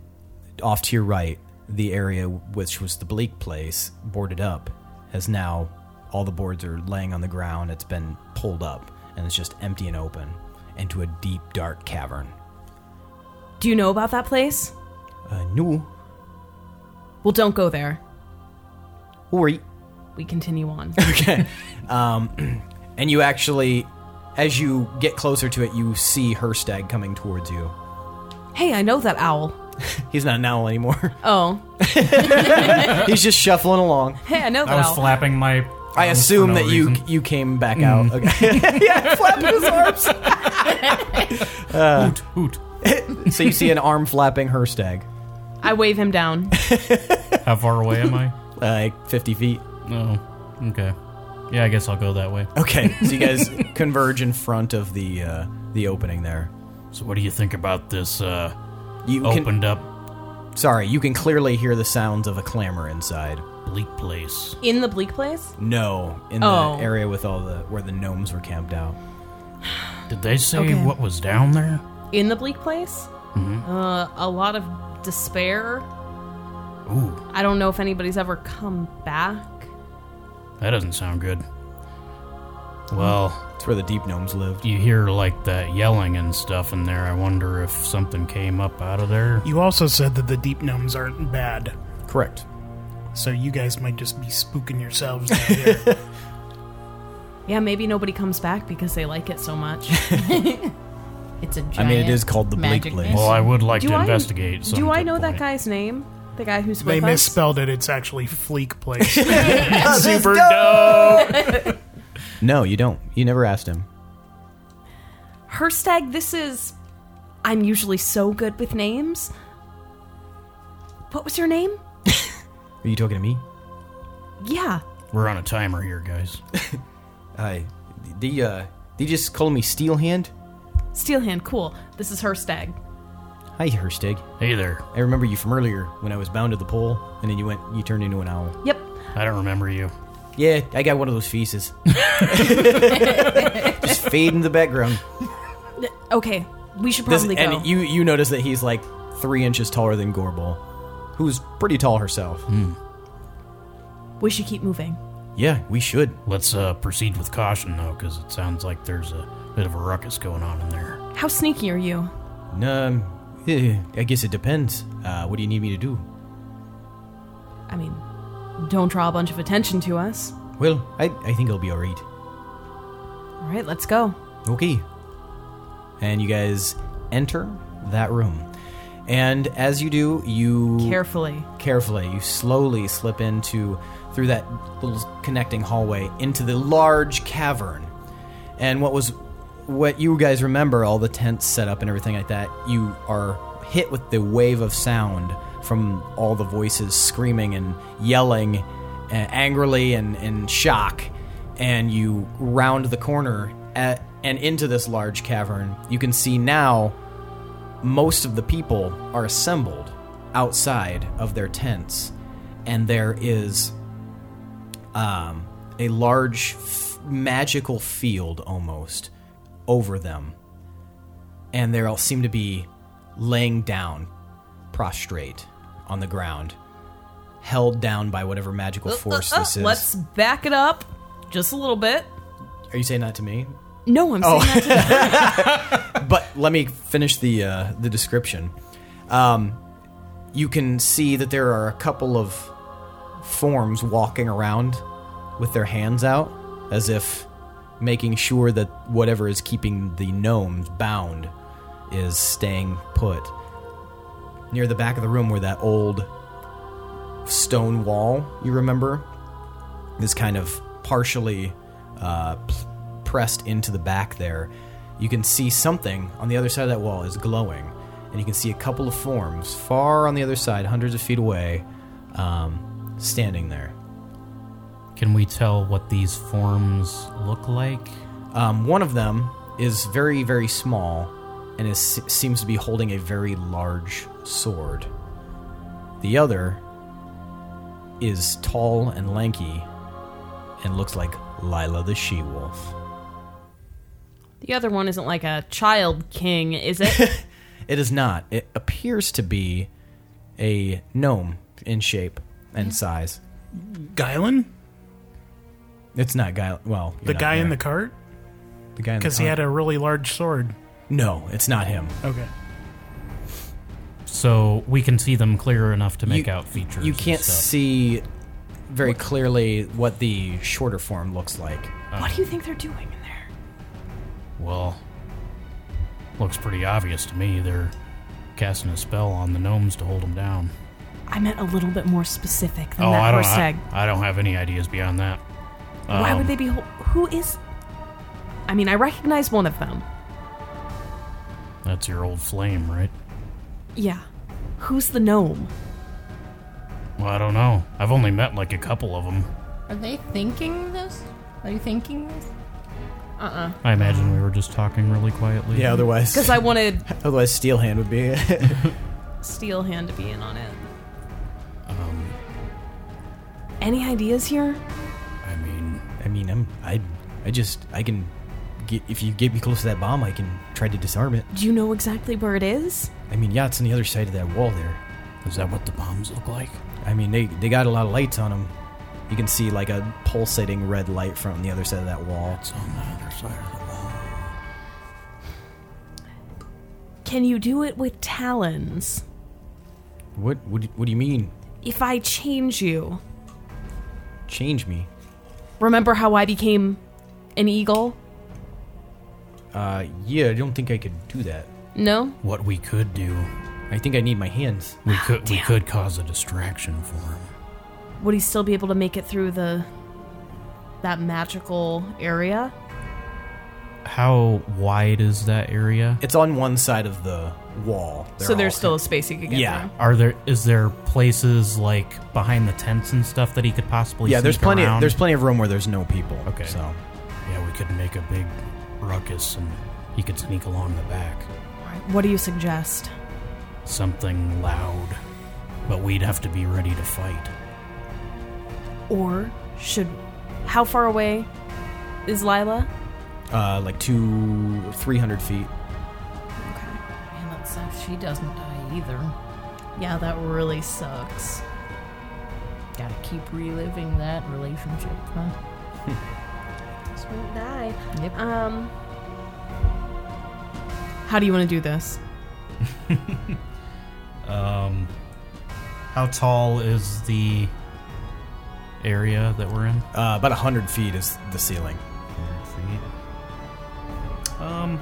off to your right, the area which was the bleak place boarded up has now All the boards are laying on the ground. It's been pulled up, and it's just empty and open into a deep, dark cavern. Do you know about that place? Uh, no. Well, don't go there. Ori. We continue on. And you actually, as you get closer to it, you see Herstag coming towards you. hey, I know that owl. He's not an owl anymore. Oh, He's just shuffling along. hey, I know that I was owl. flapping my. I arms for assume no that you reason. you came back out. Okay. Mm. yeah, flapping his arms. uh, Hoot, hoot. so you see an arm flapping Herstag, I wave him down. How far away am I? like fifty feet. Oh, okay. Yeah, I guess I'll go that way. Okay, so you guys converge in front of the uh, the opening there. So, what do you think about this uh, You can, opened up sorry, you can clearly hear the sounds of a clamor inside. bleak place? In the bleak place? No, in Oh. the area with all the where the gnomes were camped out. Did they say Okay. what was down there? In the bleak place? Uh, a lot of despair. Ooh, I don't know if anybody's ever come back. that doesn't sound good. Well, It's where the deep gnomes lived. you hear like that yelling and stuff in there. I wonder if something came up out of there. You also said that the deep gnomes aren't bad, Correct. so you guys might just be spooking yourselves down here. Yeah, maybe nobody comes back because they like it so much. It's a giant I mean, it is called the Bleak magic Place. mist. Well, I would like Do to I- investigate. Do some I good know that point. guy's name? The guy who's they with us? misspelled it. It's actually Fleek Place. Super No, you don't. You never asked him. Herstag, this is. I'm usually so good with names. What was your name? Are you talking to me? Yeah. We're on a timer here, guys. I. The uh, they just call me Steelhand. Steelhand, cool. This is Herstag. Hi, Herstag. hey there. I remember you from earlier when I was bound to the pole, and then you went. You turned into an owl. Yep. I don't remember you. Yeah, I got one of those feces. just fade in the background. Okay, we should This- probably go. and you you notice that he's like three inches taller than Gorbel, who's pretty tall herself. we should keep moving. Yeah, we should. Let's uh, proceed with caution, though, because it sounds like there's a bit of a ruckus going on in there. How sneaky are you? Um, eh, I guess it depends. Uh, what do you need me to do? I mean, don't draw a bunch of attention to us. Well, I I think I'll be all right. All right, let's go. Okay. And you guys enter that room. And as you do, you Carefully. carefully, you slowly slip into through that little connecting hallway into the large cavern. And what was what you guys remember, all the tents set up and everything like that, you are hit with the wave of sound from all the voices screaming and yelling uh, angrily and in shock. And you round the corner at, and into this large cavern. You can see now most of the people are assembled outside of their tents, and there is um, a large f- magical field almost over them. And they all seem to be laying down, prostrate on the ground, held down by whatever magical force Uh, uh, this is. Let's back it up just a little bit. Are you saying that to me? No, I'm Oh. saying that to but let me finish the uh, the description. Um, you can see that there are a couple of forms walking around with their hands out, as if making sure that whatever is keeping the gnomes bound is staying put. Near the back of the room, where that old stone wall you remember is kind of partially uh, p- pressed into the back there, you can see something on the other side of that wall is glowing, and you can see a couple of forms far on the other side, hundreds of feet away, um, standing there. Can we tell what these forms look like? Um, one of them is very, very small, and is, seems to be holding a very large sword. The other is tall and lanky, and looks like Lila the she wolf. The other one isn't like a child king, is it? It is not. It appears to be a gnome in shape and size. Guylin? It's not guy. Well, The guy in the cart? the guy in the Because he had a really large sword. No, it's not him. Okay. So we can see them clear enough to make You- out features. You and can't stuff. see very clearly what the shorter form looks like. What do you think they're doing in there? Well, looks pretty obvious to me. They're casting a spell on the gnomes to hold them down. I meant a little bit more specific than oh, that I don't. horse I, tag. I don't have any ideas beyond that. Why Um, would they be? Ho- who is? I mean, I recognize one of them. That's your old flame, right? Yeah. Who's the gnome? Well, I don't know. I've only met like a couple of them. Are they thinking this? Are you thinking this? I imagine we were just talking really quietly. Yeah, otherwise, Because I wanted otherwise Steel Hand would be. Steel Hand to be in on it. Um. Any ideas here? I mean, I mean, I'm. I. I just. I can. Get, if you get me close to that bomb, I can try to disarm it. Do you know exactly where it is? I mean, yeah, it's on the other side of that wall there. is that what the bombs look like? I mean, they they got a lot of lights on them. You can see like a pulsating red light from the other side of that wall. It's on the other side of the wall. Can you do it with talons? What? What? do- What do you mean? If I change you, Change me? remember how I became an eagle? Uh, yeah, I don't think I could do that. No? What we could do, I think I need my hands. Oh, we could we could cause a distraction for him. Would he still be able to make it through the that magical area? How wide is that area? It's on one side of the wall. They're so there's all- still a space he could get Oh, Yeah. through. Are there is there places like behind the tents and stuff that he could possibly? Yeah, there's sneak plenty. around? Of, there's plenty of room where there's no people. Okay. So yeah, we could make a big ruckus and he could sneak along the back. Right, What do you suggest? Something loud, but we'd have to be ready to fight. Or should how far away is Lila? uh, like two, three hundred feet. Man, that sucks. She doesn't die either. Yeah, that really sucks. Gotta keep reliving that relationship, huh? Just won't die. Yep. Um How do you want to do this? Um, how tall is the area that we're in? Uh, about hundred feet is the ceiling. Um,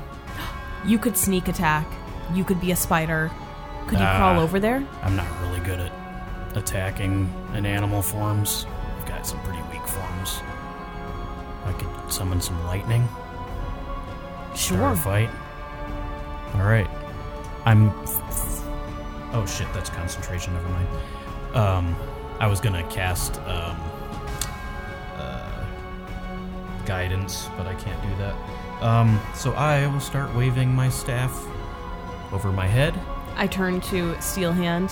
You could sneak attack. You could be a spider. Could you crawl Ah. over there? I'm not really good at attacking in animal forms. I've got some pretty weak forms. I could summon some lightning. Start a fight. All right. I'm. Oh shit, that's concentration. Never mind. Um, I was gonna cast um, uh, guidance, but I can't do that. Um, so I will start waving my staff over my head. I turn to Steel Hand.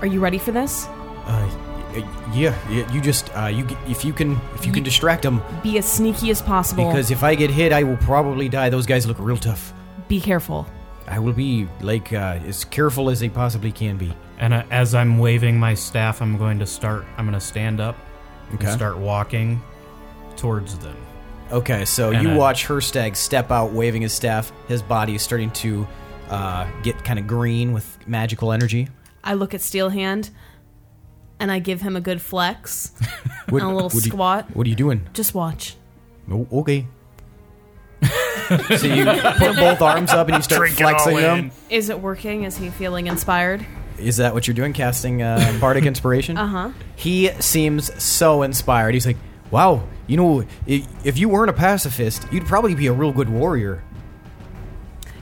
Are you ready for this? Uh, y- y- yeah, yeah. You just uh, you g- if you can if you can distract them Be as sneaky as possible. because if I get hit, I will probably die. Those guys look real tough. be careful. I will be like uh, as careful as they possibly can be. And uh, as I'm waving my staff, I'm going to start. I'm going to stand up Okay. and start walking towards them. Okay, so And you Uh-huh. I- watch Herstag step out, waving his staff. His body is starting to uh, get kind of green with magical energy. I look at Steel Hand and I give him a good flex What- and a little what do you- squat. what are you doing? Just watch. Oh, okay. so you put both arms up and you start Drink it flexing all them. in. Is it working? Is he feeling inspired? Is that what you're doing? Casting uh, bardic inspiration? Uh Uh-huh. huh. He seems so inspired. He's like, "Wow, you know, i- if you weren't a pacifist, you'd probably be a real good warrior.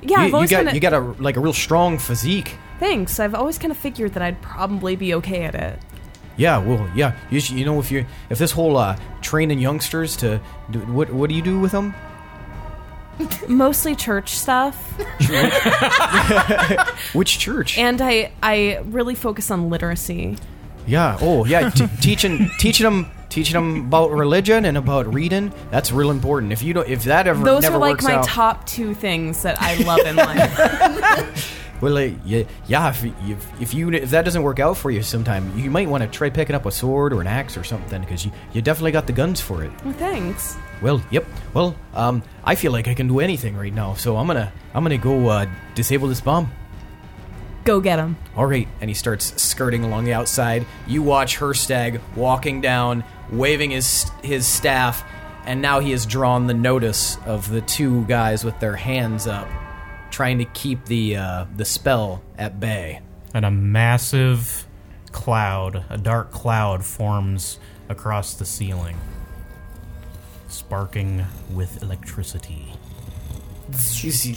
Yeah, you, I've you always got kind you of got a like a real strong physique. thanks. I've always kind of figured that I'd probably be okay at it. Yeah, well, yeah. You, sh- you know, if you if this whole uh, training youngsters to do, what what do you do with them? Mostly church stuff, Which church? and I I really focus on literacy. yeah. Oh, yeah. T- teaching teaching them teaching them about religion and about reading. That's real important. If you don't, if that ever Those never are like works my out, top two things that I love in life. Well, uh, yeah, yeah. If, if if you if that doesn't work out for you, sometime you might want to try picking up a sword or an axe or something, because you you definitely got the guns for it. Well, thanks. Well, yep. Well, um, I feel like I can do anything right now, so I'm gonna I'm gonna go uh, disable this bomb. Go get him. All right, and he starts skirting along the outside. You watch Herstag walking down, waving his his staff, and now he has drawn the notice of the two guys with their hands up, trying to keep the uh, the spell at bay. And a massive cloud, a dark cloud, forms across the ceiling, sparking with electricity. You see,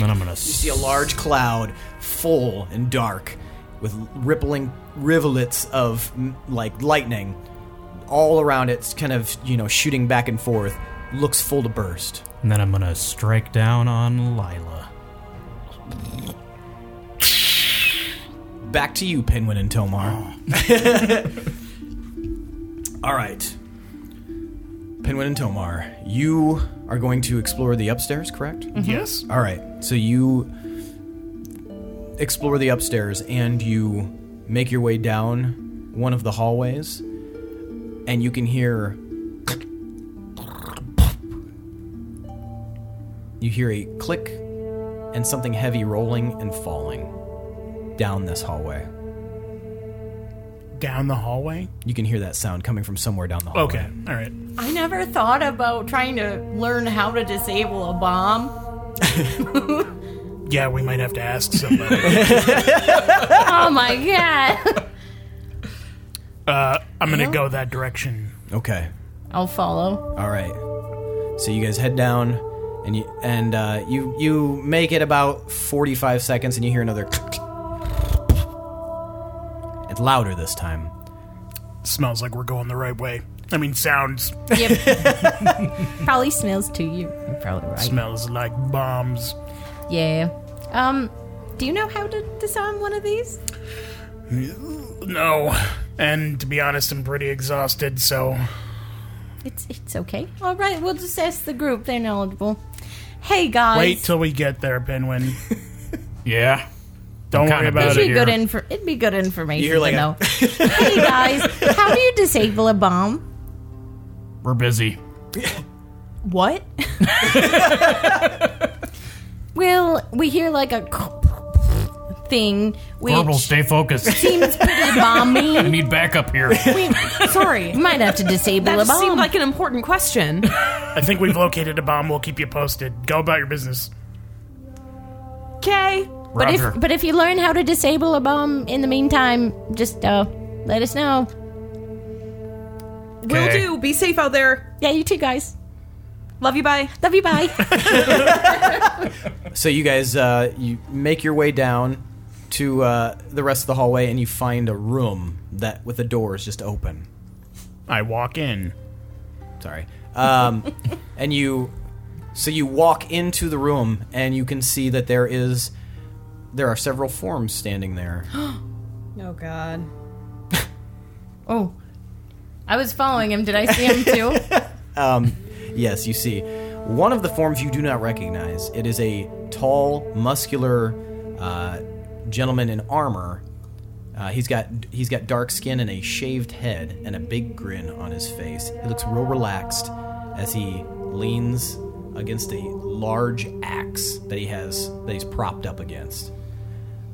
Then I'm gonna see a large cloud, full and dark, with rippling rivulets of m- like lightning all around it, kind of you know shooting back and forth. Looks full to burst. And then I'm gonna strike down on Lila. Back to you, Pinwin and Tomar. All right. Pinwin and Tomar, you are going to explore the upstairs, correct? Yes. All right. So you explore the upstairs and you make your way down one of the hallways, and you can hear. You hear a click and something heavy rolling and falling down this hallway. Down the hallway. You can hear that sound coming from somewhere down the hallway. Okay. All right. I never thought about trying to learn how to disable a bomb. Yeah, we might have to ask somebody. Oh my god! uh, I'm gonna go that direction. Okay. I'll follow. All right. So you guys head down, and you and uh, you you make it about forty-five seconds, and you hear another. it's louder this time. Smells like we're going the right way. I mean, sounds Yep. Probably smells to you. You're probably right. smells like bombs. Yeah. Um, do you know how to disarm one of these? No. And to be honest, I'm pretty exhausted, so It's it's okay. All right, we'll just ask the group. They're knowledgeable. Hey guys, wait till we get there, Pinwin. Yeah. Don't worry kinda about it'd it. be good infor- It'd be good information You're like to a- know. hey guys, how do you disable a bomb? We're busy. What? Well, we hear like a thing, which Orbital, stay focused. seems pretty bomby. I need backup here. Sorry. You might have to disable That a just bomb. seemed like an important question. I think we've located a bomb. We'll keep you posted. Go about your business. Okay. but Roger. if but if you learn how to disable a bomb in the meantime, just uh, let us know. Will do. Be safe out there. Yeah, you too, guys. Love you. Bye. Love you. Bye. So you guys uh, you make your way down to uh, the rest of the hallway, and you find a room that with the doors just open. I walk in. Sorry. Um, and you, so you walk into the room, and you can see that there is, there are several forms standing there. Oh God. Oh, I was following him. Did I see him too? Yes, you see. One of the forms you do not recognize. It is a tall, muscular uh, gentleman in armor. Uh, he's got he's got dark skin and a shaved head and a big grin on his face. He looks real relaxed as he leans against a large axe that he has that he's propped up against.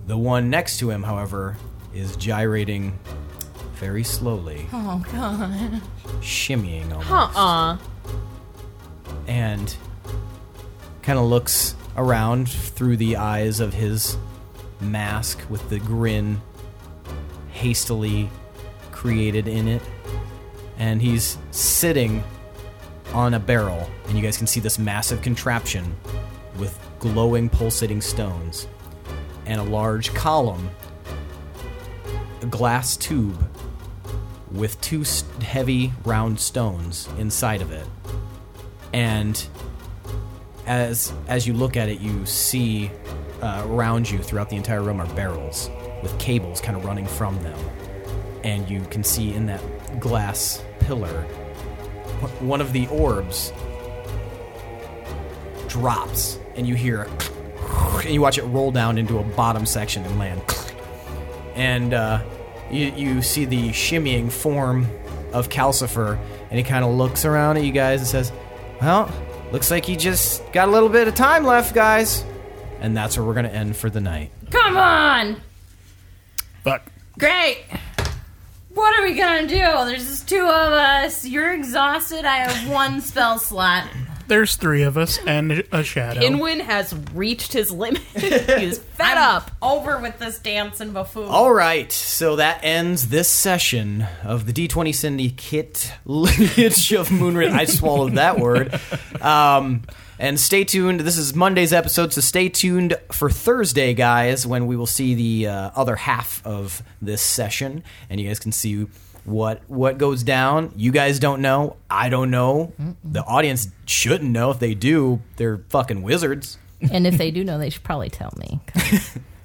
The one next to him, however, is gyrating very slowly. Oh god. Shimmying almost Uh-uh. and kind of looks around through the eyes of his mask with the grin hastily created in it. And he's sitting on a barrel, and you guys can see this massive contraption with glowing, pulsating stones and a large column, a glass tube with two s- heavy, round stones inside of it and as as you look at it, you see uh, around you throughout the entire room are barrels with cables kind of running from them, and you can see in that glass pillar one of the orbs drops and you hear a and you watch it roll down into a bottom section and land. And uh, you, you see the shimmying form of Calcifer, and he kind of looks around at you guys and says, Well, looks like you just got a little bit of time left, guys. And that's where we're going to end for the night. Come on! Fuck. Great! What are we gonna do? There's just two of us. You're exhausted. I have one spell slot. There's three of us and a shadow. Inwin has reached his limit. He's fed up. Over with this dancing buffoon. Oh. All right, so that ends this session of the D20 Syndicate lineage of Moonrit. I swallowed that word. Um, and stay tuned. This is Monday's episode, so stay tuned for Thursday, guys, when we will see the uh, other half of this session, and you guys can see what what goes down. You guys don't know. I don't know. The audience shouldn't know. If they do, they're fucking wizards. and if they do know, they should probably tell me.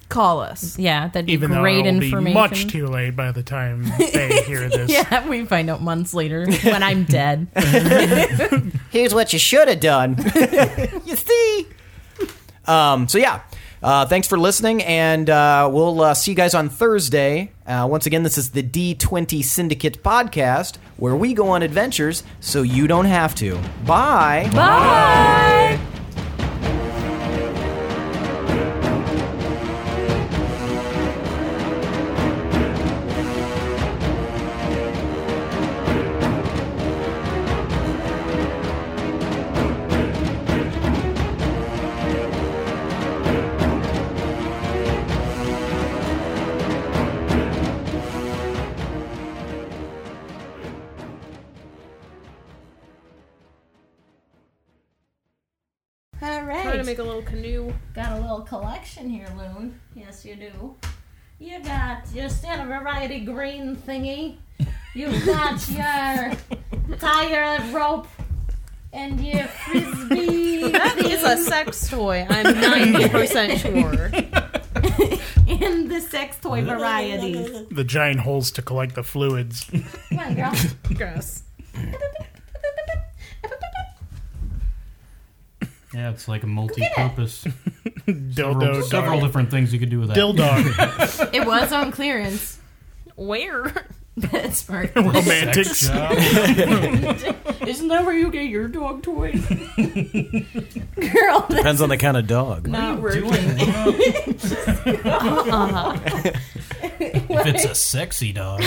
Call us. Yeah, that'd be even though great it'll information. be much too late by the time they hear this. yeah, we find out months later when I'm dead. here's what you should have done. you see? Um, so, yeah. Uh, thanks for listening, and uh, we'll uh, see you guys on Thursday. Uh, once again, this is the D20 Syndicate podcast where we go on adventures so you don't have to. Bye. Bye. All right. Trying to make a little canoe. Got a little collection here, Loon. Yes, you do. You got your Santa Variety green thingy. You've got your tire rope and your frisbee. That is a sex toy. I'm 90% sure. in the sex toy varieties. The giant holes to collect the fluids. Come on, girl. Gross. Yeah, it's like a multi-purpose. Dildo. dog. several different things you could do with that. Dildog. It was on clearance. Where? Pittsburgh. Romantics. Isn't that where you get your dog toys? Girl, Depends on the kind of dog. Not If it's a sexy dog,